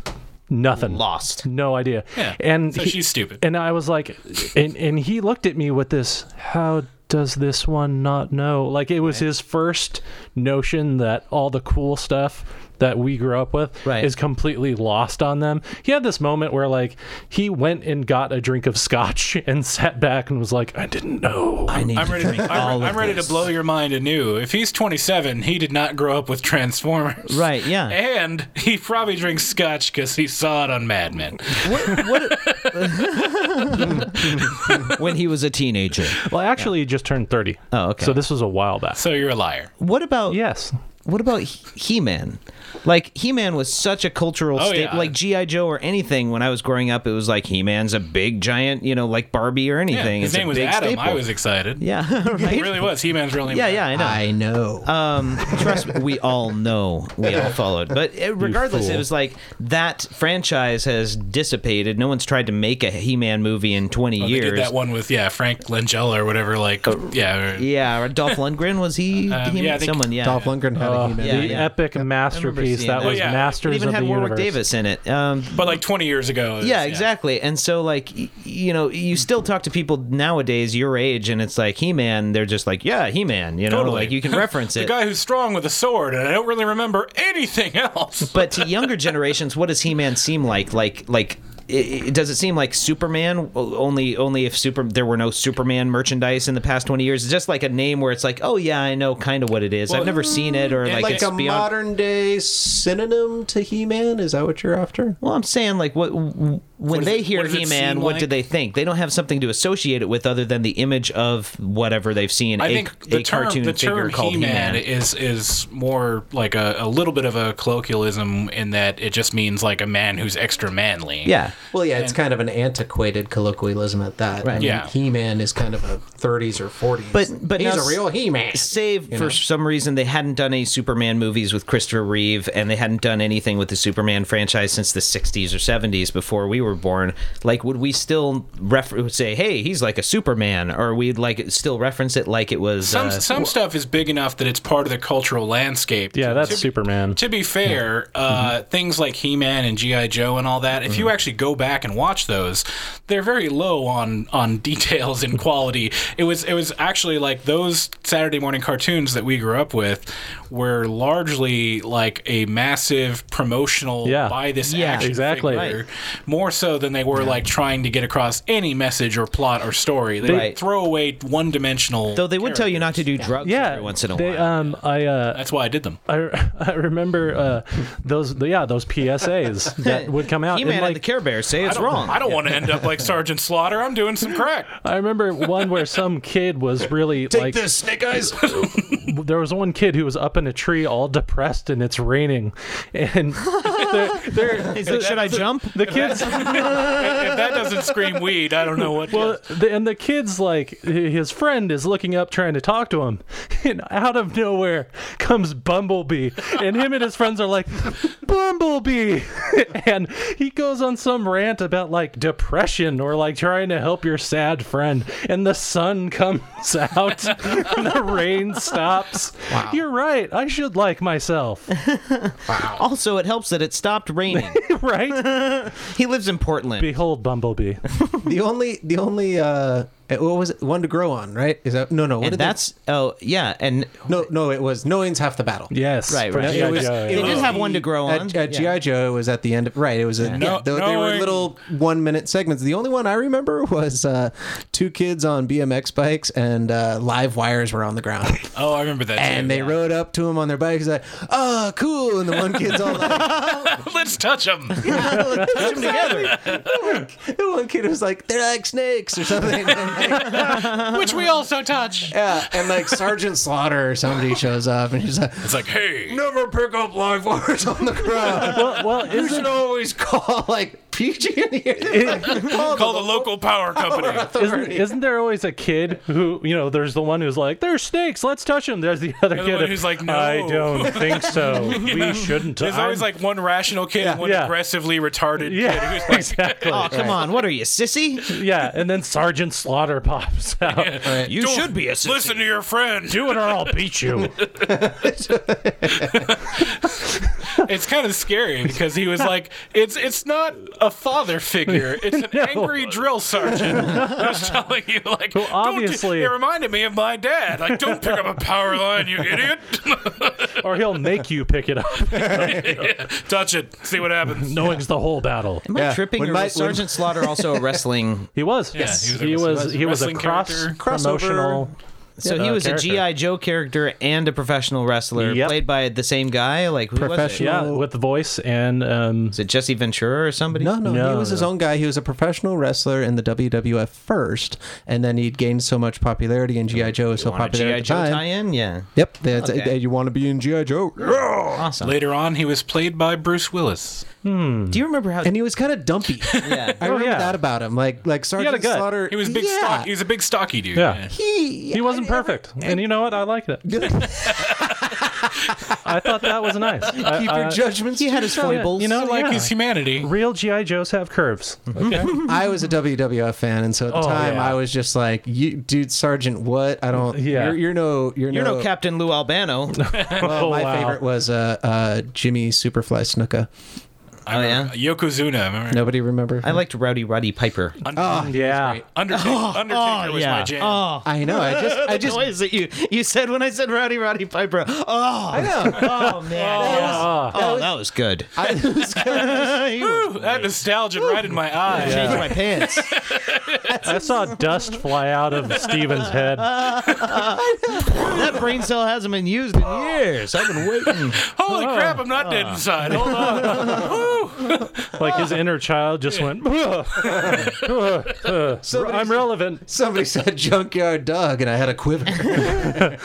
[SPEAKER 2] nothing
[SPEAKER 4] Lost.
[SPEAKER 2] no idea.
[SPEAKER 3] Yeah.
[SPEAKER 2] And
[SPEAKER 3] So she's stupid.
[SPEAKER 2] And I was like, and and he looked at me with this. How does this one not know? Like it was his first notion that all the cool stuff that we grew up with
[SPEAKER 4] Right.
[SPEAKER 2] is completely lost on them. He had this moment where like he went and got a drink of scotch and sat back and was like, I didn't know.
[SPEAKER 4] I need
[SPEAKER 3] I'm ready.
[SPEAKER 4] drink
[SPEAKER 3] To,
[SPEAKER 4] all
[SPEAKER 3] I'm,
[SPEAKER 4] of
[SPEAKER 3] I'm ready to
[SPEAKER 4] this.
[SPEAKER 3] blow your mind anew. If he's 27, he did not grow up with Transformers.
[SPEAKER 4] Right. Yeah.
[SPEAKER 3] And he probably drinks scotch because he saw it on Mad Men.
[SPEAKER 4] when he was a teenager.
[SPEAKER 2] well, actually, he just turned 30.
[SPEAKER 4] Oh, okay.
[SPEAKER 2] So this was a while back.
[SPEAKER 3] So you're a liar.
[SPEAKER 4] What about
[SPEAKER 2] Yes.
[SPEAKER 4] What about He Man? Like He Man was such a cultural
[SPEAKER 3] Oh,
[SPEAKER 4] staple.
[SPEAKER 3] yeah.
[SPEAKER 4] Like GI Joe or anything. When I was growing up, it was like He Man's a big giant, you know, like Barbie or
[SPEAKER 3] Yeah,
[SPEAKER 4] anything.
[SPEAKER 3] his
[SPEAKER 4] It's a
[SPEAKER 3] name was
[SPEAKER 4] big
[SPEAKER 3] Adam.
[SPEAKER 4] staple.
[SPEAKER 3] I was excited.
[SPEAKER 4] Yeah,
[SPEAKER 3] He
[SPEAKER 4] right?
[SPEAKER 3] really was. He Man's real name.
[SPEAKER 4] yeah,
[SPEAKER 3] was
[SPEAKER 4] yeah. I know.
[SPEAKER 1] I know.
[SPEAKER 4] Um, trust me, we all know we all followed. But uh, regardless, it
[SPEAKER 2] fool.
[SPEAKER 4] was like that franchise has dissipated. No one's tried to make a He-Man movie in 20
[SPEAKER 3] Adam. Oh, They
[SPEAKER 4] years. Oh,
[SPEAKER 3] did that one with yeah Frank Langella or whatever. Like yeah, or-
[SPEAKER 4] Yeah, or Dolph Lundgren was he?
[SPEAKER 3] Um,
[SPEAKER 4] He-Man?
[SPEAKER 3] yeah, I think
[SPEAKER 4] someone. Yeah,
[SPEAKER 1] Dolph Lundgren
[SPEAKER 4] Oh,
[SPEAKER 1] had a
[SPEAKER 2] Uh,
[SPEAKER 1] human.
[SPEAKER 4] yeah,
[SPEAKER 2] the
[SPEAKER 4] yeah.
[SPEAKER 2] epic masterpiece
[SPEAKER 4] seeing
[SPEAKER 2] that
[SPEAKER 4] that.
[SPEAKER 2] was
[SPEAKER 3] Oh, yeah. It
[SPEAKER 2] Masters
[SPEAKER 4] It even
[SPEAKER 2] of
[SPEAKER 4] had
[SPEAKER 2] the
[SPEAKER 4] Warwick
[SPEAKER 2] Universe.
[SPEAKER 4] Davis in it. Um,
[SPEAKER 3] but like 20 years ago. it was-
[SPEAKER 4] yeah, exactly. And so, like, y- you know, you still talk to people nowadays your age, and it's like He Man. They're just like, yeah, He Man. You know,
[SPEAKER 3] Totally.
[SPEAKER 4] like you can reference
[SPEAKER 3] The
[SPEAKER 4] it.
[SPEAKER 3] guy who's strong with a sword, and I don't really remember anything else.
[SPEAKER 4] But to younger generations, what does He Man seem like? Like, like. It, it, does it seem like Superman? O- Only, only if super there were no Superman merchandise in the past twenty years. It's just like a name where it's like, oh yeah, I know kind of what it is. I've never seen it or like,
[SPEAKER 1] Like
[SPEAKER 4] it's
[SPEAKER 1] a
[SPEAKER 4] beyond.
[SPEAKER 1] modern day synonym to He Man? Is that what you're after?
[SPEAKER 4] well, I'm saying like what when
[SPEAKER 3] does
[SPEAKER 4] they
[SPEAKER 3] it-
[SPEAKER 4] hear
[SPEAKER 3] what does it
[SPEAKER 4] He-Man,
[SPEAKER 3] seem
[SPEAKER 4] what do
[SPEAKER 3] like?
[SPEAKER 4] they think? They don't have something to associate it with other than the image of whatever they've seen.
[SPEAKER 3] I
[SPEAKER 4] a-
[SPEAKER 3] think
[SPEAKER 4] a
[SPEAKER 3] the term,
[SPEAKER 4] cartoon
[SPEAKER 3] the
[SPEAKER 4] figure
[SPEAKER 3] term
[SPEAKER 4] called
[SPEAKER 3] He-Man, is is more like a, a little bit of a colloquialism in that it just means like a man who's extra manly.
[SPEAKER 4] Yeah,
[SPEAKER 1] Well, yeah, it's kind of an antiquated colloquialism at that. I mean,
[SPEAKER 3] Yeah.
[SPEAKER 1] He-Man is kind of a 30s or 40s.
[SPEAKER 4] But- but
[SPEAKER 1] he's
[SPEAKER 4] now
[SPEAKER 1] a real He-Man.
[SPEAKER 4] save
[SPEAKER 1] You
[SPEAKER 4] for
[SPEAKER 1] know?
[SPEAKER 4] some reason they hadn't done any Superman movies with Christopher Reeve, and they hadn't done anything with the Superman franchise since the '60s or '70s before we were born. Like, would we still refer- say, "Hey, he's like a Superman," or we'd like still reference it like it was?
[SPEAKER 3] Some
[SPEAKER 4] uh,
[SPEAKER 3] some stuff is big enough that it's part of the cultural landscape.
[SPEAKER 2] Yeah,
[SPEAKER 3] To-
[SPEAKER 2] that's
[SPEAKER 3] to be-
[SPEAKER 2] Superman.
[SPEAKER 3] To be fair, uh,
[SPEAKER 2] Mm-hmm.
[SPEAKER 3] things like He-Man and GI Joe and all that, if you actually go back and watch those, they're very low on on details and quality. It was it was actually like those Saturday morning cartoons that we grew up with were largely like a massive promotional
[SPEAKER 2] Yeah.
[SPEAKER 3] buy this
[SPEAKER 4] Yeah.
[SPEAKER 3] action
[SPEAKER 2] Exactly.
[SPEAKER 3] figure, more so than they were like trying to get across any message or plot or story. They
[SPEAKER 4] Right.
[SPEAKER 3] throw away one-dimensional
[SPEAKER 4] Though they would tell you not to do drugs
[SPEAKER 2] yeah,
[SPEAKER 4] every once in a
[SPEAKER 2] they,
[SPEAKER 4] while.
[SPEAKER 2] Um, I uh,
[SPEAKER 3] That's why I did them.
[SPEAKER 2] I, I remember uh, those yeah those PSAs that would come out.
[SPEAKER 4] He-Man
[SPEAKER 2] and,
[SPEAKER 4] and,
[SPEAKER 2] like,
[SPEAKER 4] the Care Bears say it's
[SPEAKER 3] I don't-
[SPEAKER 4] wrong.
[SPEAKER 3] I don't want to end up like Sergeant Slaughter. I'm doing some crack.
[SPEAKER 2] I remember one where some kid was really like
[SPEAKER 1] Snake Eyes.
[SPEAKER 2] there was one kid who was up in a tree all depressed and it's raining and they're, they're,
[SPEAKER 4] He's like, should I jump?
[SPEAKER 2] the kids
[SPEAKER 3] if that doesn't scream weed, I don't know what.
[SPEAKER 2] well the, and the kids like hi- his friend is looking up trying to talk to him and out of nowhere comes bumblebee and him and his friends are like bumblebee and he goes on some rant about like depression or like trying to help your sad friend and the sun comes out and the rain stops you're right i should like myself
[SPEAKER 4] Also, it helps that it stopped raining.
[SPEAKER 2] right
[SPEAKER 4] he lives in Portland.
[SPEAKER 2] behold bumblebee
[SPEAKER 1] the only, the only, uh, what was it? One to grow on, right? Is that no, no? What
[SPEAKER 4] and
[SPEAKER 1] did they-
[SPEAKER 4] that's oh yeah, and
[SPEAKER 1] no, no. It was knowing's half the battle.
[SPEAKER 2] yes
[SPEAKER 4] Right,
[SPEAKER 2] for
[SPEAKER 4] right.
[SPEAKER 2] G.I.
[SPEAKER 1] It was,
[SPEAKER 2] Joe.
[SPEAKER 1] it
[SPEAKER 4] They
[SPEAKER 1] was
[SPEAKER 4] did have
[SPEAKER 1] the-
[SPEAKER 4] one to grow on.
[SPEAKER 1] At, at
[SPEAKER 4] Yeah.
[SPEAKER 1] GI Joe, it was at the end. Of, right, it was. A, yeah.
[SPEAKER 3] No-
[SPEAKER 1] though they were
[SPEAKER 3] knowing-
[SPEAKER 1] little one-minute segments. The only one I remember was uh, two kids on BMX bikes and uh, live wires were on the ground,
[SPEAKER 3] Oh, I remember that.
[SPEAKER 1] and they rode up to him on their bikes like, "Oh, cool!" And the one kid's all like,
[SPEAKER 3] let's touch them.
[SPEAKER 1] "Let's touch 'em together." the one kid was like, "They're like snakes" or something. And, like,
[SPEAKER 3] Which we also touch.
[SPEAKER 1] yeah, and like Sergeant Slaughter or somebody shows up, and he's like.
[SPEAKER 3] It's like, hey,
[SPEAKER 1] Never pick up live wires on the ground.
[SPEAKER 2] well, well
[SPEAKER 1] You
[SPEAKER 2] isn't
[SPEAKER 1] should always call like PG&E. call
[SPEAKER 3] call the local power company.
[SPEAKER 2] Isn't, isn't there always a kid who you know? There's the one who's like, "There's snakes, let's touch them." There's the other
[SPEAKER 3] Another
[SPEAKER 2] kid
[SPEAKER 3] one who's like, "No."
[SPEAKER 2] I don't think so. we shouldn't."
[SPEAKER 3] There's always
[SPEAKER 2] I'm-
[SPEAKER 3] like one rational kid and one
[SPEAKER 2] Yeah.
[SPEAKER 3] aggressively retarded
[SPEAKER 2] Yeah.
[SPEAKER 3] kid who's like,
[SPEAKER 2] exactly.
[SPEAKER 4] Oh come on, what are you, sissy?
[SPEAKER 2] yeah, and then Sergeant Slaughter pops out.
[SPEAKER 4] You
[SPEAKER 3] "Don't-
[SPEAKER 4] should be a sissy.
[SPEAKER 3] Listen to your friend.
[SPEAKER 2] Do it or I'll beat you.
[SPEAKER 3] It's kind of scary because he was like, it's it's not a father figure. It's an angry drill sergeant who's telling you like, "Don't do-"
[SPEAKER 2] obviously-
[SPEAKER 3] it reminded me of my dad. Like, don't pick up a power line, you idiot.
[SPEAKER 2] or he'll make you pick it up,
[SPEAKER 3] touch it, see what happens.
[SPEAKER 2] knowing the whole battle.
[SPEAKER 4] Am I
[SPEAKER 1] Yeah.
[SPEAKER 4] tripping?
[SPEAKER 1] When
[SPEAKER 4] or
[SPEAKER 1] my-
[SPEAKER 4] was Sergeant Slaughter also a wrestling?
[SPEAKER 2] He was.
[SPEAKER 3] he was a-
[SPEAKER 2] he
[SPEAKER 3] he
[SPEAKER 2] was.
[SPEAKER 3] was a
[SPEAKER 2] He was a
[SPEAKER 3] wrestling
[SPEAKER 2] cross
[SPEAKER 3] character.
[SPEAKER 2] promotional.
[SPEAKER 4] So he
[SPEAKER 2] uh,
[SPEAKER 4] was
[SPEAKER 2] character.
[SPEAKER 4] a GI Joe character and a professional wrestler,
[SPEAKER 2] Yep.
[SPEAKER 4] played by the same guy. Like who was it?
[SPEAKER 1] Professional-
[SPEAKER 2] Yeah, with voice and um,
[SPEAKER 4] Is it Jesse Ventura or somebody?
[SPEAKER 1] No, no,
[SPEAKER 2] No,
[SPEAKER 1] he was his
[SPEAKER 2] no.
[SPEAKER 1] own guy. He was a professional wrestler in the WWF first, and then he'd gained so much popularity, and GI Joe was so
[SPEAKER 4] On a
[SPEAKER 1] popular
[SPEAKER 4] GI
[SPEAKER 1] at the
[SPEAKER 4] Joe
[SPEAKER 1] time.
[SPEAKER 4] tie-in, yeah.
[SPEAKER 1] Yep, that's,
[SPEAKER 4] Okay.
[SPEAKER 1] uh, you want to be in GI Joe,
[SPEAKER 4] Awesome.
[SPEAKER 3] Later on, he was played by Bruce Willis.
[SPEAKER 4] Do you remember how?
[SPEAKER 1] and he was kind of dumpy.
[SPEAKER 4] yeah.
[SPEAKER 1] I remember
[SPEAKER 2] Oh, yeah.
[SPEAKER 1] that about him. Like, like
[SPEAKER 2] had a
[SPEAKER 1] Sergeant
[SPEAKER 2] gut.
[SPEAKER 1] Slaughter.
[SPEAKER 3] He was big
[SPEAKER 1] yeah.
[SPEAKER 3] stock. He was a big stocky dude.
[SPEAKER 2] Yeah.
[SPEAKER 1] He,
[SPEAKER 2] he wasn't perfect, and you know what? I liked it. I thought that was nice. Uh, I-
[SPEAKER 1] Keep
[SPEAKER 2] I-
[SPEAKER 1] your judgments.
[SPEAKER 4] He
[SPEAKER 1] to
[SPEAKER 4] had his
[SPEAKER 1] yourself.
[SPEAKER 4] foibles.
[SPEAKER 2] You know,
[SPEAKER 3] I like
[SPEAKER 2] yeah.
[SPEAKER 3] his humanity.
[SPEAKER 2] Real GI Joes have curves.
[SPEAKER 1] I was a WWF fan, and so at the
[SPEAKER 2] Oh,
[SPEAKER 1] time,
[SPEAKER 2] yeah.
[SPEAKER 1] I was just like, "You, dude, Sergeant, what? I don't.
[SPEAKER 2] Yeah.
[SPEAKER 1] you're, you're no, you're,
[SPEAKER 4] You're
[SPEAKER 1] no,
[SPEAKER 4] no Captain Lou Albano.
[SPEAKER 1] Well,
[SPEAKER 2] Oh,
[SPEAKER 1] my
[SPEAKER 2] wow.
[SPEAKER 1] favorite was uh, uh, Jimmy Superfly Snuka.
[SPEAKER 3] I remember- Yokozuna. I remember.
[SPEAKER 1] Nobody remember?
[SPEAKER 4] I liked Rowdy Roddy Piper.
[SPEAKER 2] yeah.
[SPEAKER 3] Undertaker, Undertaker was my jam.
[SPEAKER 4] Oh,
[SPEAKER 1] I know. I just, I just,
[SPEAKER 4] noise that you you said when I said Rowdy Roddy Piper.
[SPEAKER 1] I
[SPEAKER 4] Oh,
[SPEAKER 1] know.
[SPEAKER 4] oh man.
[SPEAKER 2] Ah.
[SPEAKER 4] Oh, that was good.
[SPEAKER 1] I was gonna-
[SPEAKER 3] Woo, that nostalgia right in my eye.
[SPEAKER 4] Change my pants.
[SPEAKER 2] I saw dust fly out of Steven's head.
[SPEAKER 4] that brain cell hasn't been used in years. I've been waiting.
[SPEAKER 3] Holy crap, I'm not dead inside. Hold on.
[SPEAKER 2] like his inner child just went. "Ugh, ugh, ugh,
[SPEAKER 1] Somebody
[SPEAKER 2] I'm
[SPEAKER 1] said-
[SPEAKER 2] relevant.
[SPEAKER 1] Somebody said junkyard dog, and I had a quiver.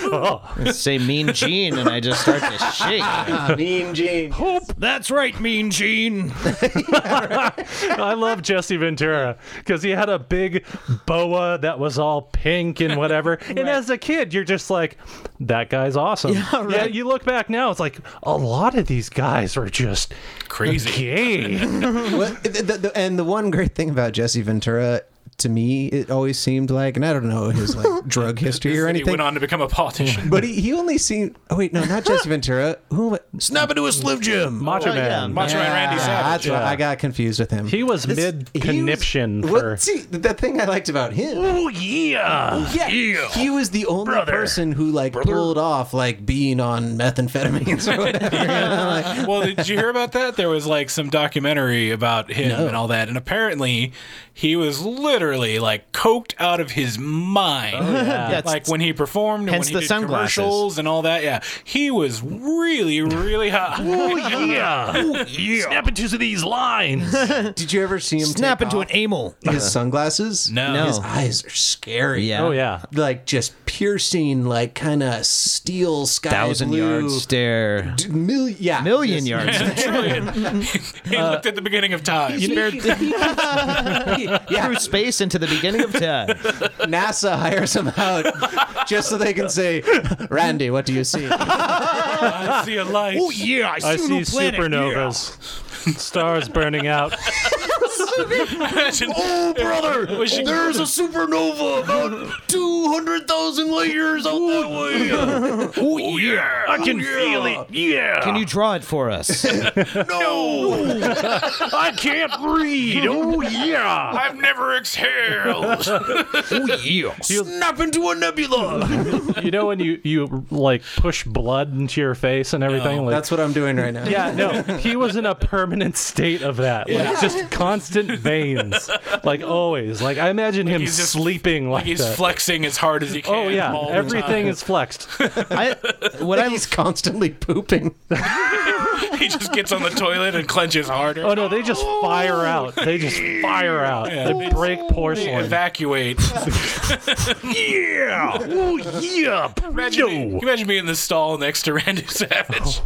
[SPEAKER 4] Say mean Gene, and I just start to shake.
[SPEAKER 1] mean Gene.
[SPEAKER 4] That's right, mean Gene.
[SPEAKER 2] I love Jesse Ventura because he had a big boa that was all pink and whatever. And as a kid, you're just like, that guy's awesome. Yeah, you look back now, it's like a lot of these guys are just
[SPEAKER 3] Crazy.
[SPEAKER 2] gay.
[SPEAKER 1] Well, the, the, the, and the one great thing about Jesse Ventura, to me, it always seemed like, and I don't know his like drug history or
[SPEAKER 3] He
[SPEAKER 1] anything,
[SPEAKER 3] went on to become a politician.
[SPEAKER 1] but he, he only seemed. Oh wait, no, not Jesse Ventura. Who am I? Snap into a Slim Jim.
[SPEAKER 2] Macho
[SPEAKER 4] Well, yeah,
[SPEAKER 2] Man.
[SPEAKER 3] Macho Man Randy Savage.
[SPEAKER 1] that's right. I got confused with him.
[SPEAKER 2] He was mid conniption
[SPEAKER 1] What-
[SPEAKER 2] for.
[SPEAKER 1] see the thing I liked about him.
[SPEAKER 2] Oh, yeah.
[SPEAKER 1] Yeah, he was the only person who like pulled off like being on methamphetamines or whatever.
[SPEAKER 3] well, did you hear about that? There was like some documentary about him and all that, and apparently he was literally like coked out of his mind.
[SPEAKER 4] That's-
[SPEAKER 3] like when he performed, and
[SPEAKER 4] Hence
[SPEAKER 3] when he
[SPEAKER 4] the
[SPEAKER 3] did
[SPEAKER 4] sunglasses.
[SPEAKER 3] commercials and all that. Yeah, he was really, really hot.
[SPEAKER 2] yeah. Snap into these lines.
[SPEAKER 1] Did you ever see him
[SPEAKER 4] Snap
[SPEAKER 1] take
[SPEAKER 4] into
[SPEAKER 1] off
[SPEAKER 4] an amel.
[SPEAKER 1] his sunglasses?
[SPEAKER 3] No.
[SPEAKER 4] No.
[SPEAKER 1] his eyes are scary.
[SPEAKER 4] Yeah.
[SPEAKER 2] Oh, yeah.
[SPEAKER 1] like just piercing, like kind of steel sky
[SPEAKER 4] Thousand
[SPEAKER 1] blue.
[SPEAKER 4] yard stare.
[SPEAKER 1] d- mil- yeah,
[SPEAKER 4] Million
[SPEAKER 1] just-
[SPEAKER 4] yards.
[SPEAKER 3] he
[SPEAKER 1] Uh,
[SPEAKER 3] looked at the beginning of time.
[SPEAKER 1] He- he- yeah,
[SPEAKER 4] Through space into the beginning of time.
[SPEAKER 1] NASA hires him out just so they can say, Randy, what do you see?
[SPEAKER 3] I see a light.
[SPEAKER 1] oh,
[SPEAKER 4] yeah,
[SPEAKER 2] I see supernovas, stars burning out.
[SPEAKER 3] Imagine-
[SPEAKER 1] Oh, brother,
[SPEAKER 3] Was she-
[SPEAKER 1] there's a supernova about 200,000 light years out that way. oh, yeah. I can feel it.
[SPEAKER 2] Yeah.
[SPEAKER 4] Can you draw it for us?
[SPEAKER 2] I can't read. Oh yeah.
[SPEAKER 3] I've never exhaled.
[SPEAKER 4] oh yeah.
[SPEAKER 1] Snap into a nebula.
[SPEAKER 2] You know when you you like push blood into your face and everything. like,
[SPEAKER 1] That's what I'm doing right now.
[SPEAKER 2] yeah, no. He was in a permanent state of that, like just constant veins, like always. Like I imagine him
[SPEAKER 3] he's just-
[SPEAKER 2] sleeping like,
[SPEAKER 3] He's
[SPEAKER 2] that.
[SPEAKER 3] flexing as hard as he can.
[SPEAKER 2] oh yeah,
[SPEAKER 3] all the
[SPEAKER 2] everything is flexed.
[SPEAKER 4] I, what I
[SPEAKER 1] He's constantly pooping.
[SPEAKER 3] time. He just gets on the toilet and clenches harder.
[SPEAKER 2] Oh no, they just fire out. They just fire out. They break
[SPEAKER 3] They
[SPEAKER 2] porcelain.
[SPEAKER 3] evacuate.
[SPEAKER 2] yeah. Oh yeah.
[SPEAKER 3] Imagine, Can you imagine being in the stall next to Randy Savage.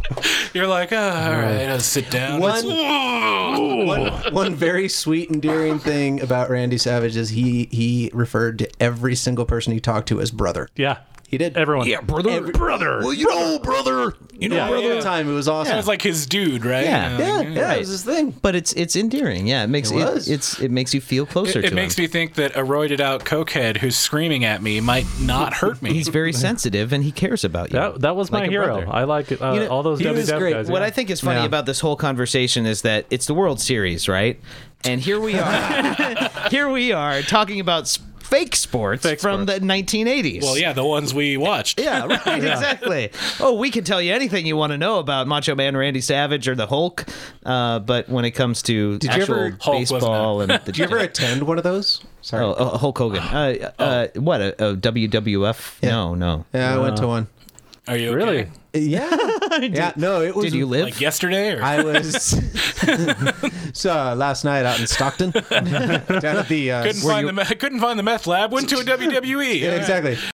[SPEAKER 3] You're like, oh, all right, I'll sit down.
[SPEAKER 1] One-
[SPEAKER 3] Ooh.
[SPEAKER 1] one, one very sweet, endearing thing about Randy Savage is he he referred to every single person he talked to as brother.
[SPEAKER 2] Yeah.
[SPEAKER 1] He did.
[SPEAKER 2] Everyone.
[SPEAKER 4] brother.
[SPEAKER 2] brother.
[SPEAKER 1] you know, brother. You know,
[SPEAKER 2] Yeah.
[SPEAKER 1] brother.
[SPEAKER 3] Yeah.
[SPEAKER 1] the time it was awesome.
[SPEAKER 3] That was like his dude, right?
[SPEAKER 4] Yeah.
[SPEAKER 1] Yeah,
[SPEAKER 3] It-
[SPEAKER 1] yeah, it was his thing.
[SPEAKER 4] But it's it's endearing. Yeah, it makes
[SPEAKER 1] It
[SPEAKER 4] it,
[SPEAKER 1] was.
[SPEAKER 4] it's it makes you feel closer
[SPEAKER 3] It,
[SPEAKER 4] to
[SPEAKER 3] makes
[SPEAKER 4] him.
[SPEAKER 3] me think that a roided out cokehead who's screaming at me might not hurt me.
[SPEAKER 4] He's very sensitive and he cares about you.
[SPEAKER 2] That, that was my
[SPEAKER 4] Like a
[SPEAKER 2] hero.
[SPEAKER 4] brother.
[SPEAKER 2] I like uh,
[SPEAKER 1] You know,
[SPEAKER 2] all those
[SPEAKER 1] he was
[SPEAKER 2] WWF
[SPEAKER 1] great.
[SPEAKER 2] guys.
[SPEAKER 4] What
[SPEAKER 2] yeah.
[SPEAKER 4] I think is funny
[SPEAKER 1] Yeah.
[SPEAKER 4] about this whole conversation is that it's the World Series, right? And here we are. here we are talking about s- fake sports
[SPEAKER 2] Fake
[SPEAKER 4] from the 1980s.
[SPEAKER 3] well, yeah, the ones we watched.
[SPEAKER 4] Yeah, right, exactly. Oh, we can tell you anything you want to know about Macho Man Randy Savage or the Hulk, uh, but when it comes to
[SPEAKER 1] you
[SPEAKER 4] actual
[SPEAKER 1] ever-
[SPEAKER 3] Hulk wasn't
[SPEAKER 4] baseball and the
[SPEAKER 1] Did you ever attend one of those? Sorry.
[SPEAKER 4] oh, oh, Hulk Hogan, uh, uh, what a, a WWF? No, no.
[SPEAKER 1] Yeah, I
[SPEAKER 4] Uh,
[SPEAKER 1] went to one.
[SPEAKER 3] Are you okay?
[SPEAKER 2] really.
[SPEAKER 1] Yeah. yeah. No, it was.
[SPEAKER 4] Did you live?
[SPEAKER 3] Like yesterday? Or?
[SPEAKER 1] I was so uh, last night out in Stockton, down at the uh,
[SPEAKER 3] couldn't, find the, me- couldn't find the meth lab. Went to a E. WWE.
[SPEAKER 1] Yeah, exactly.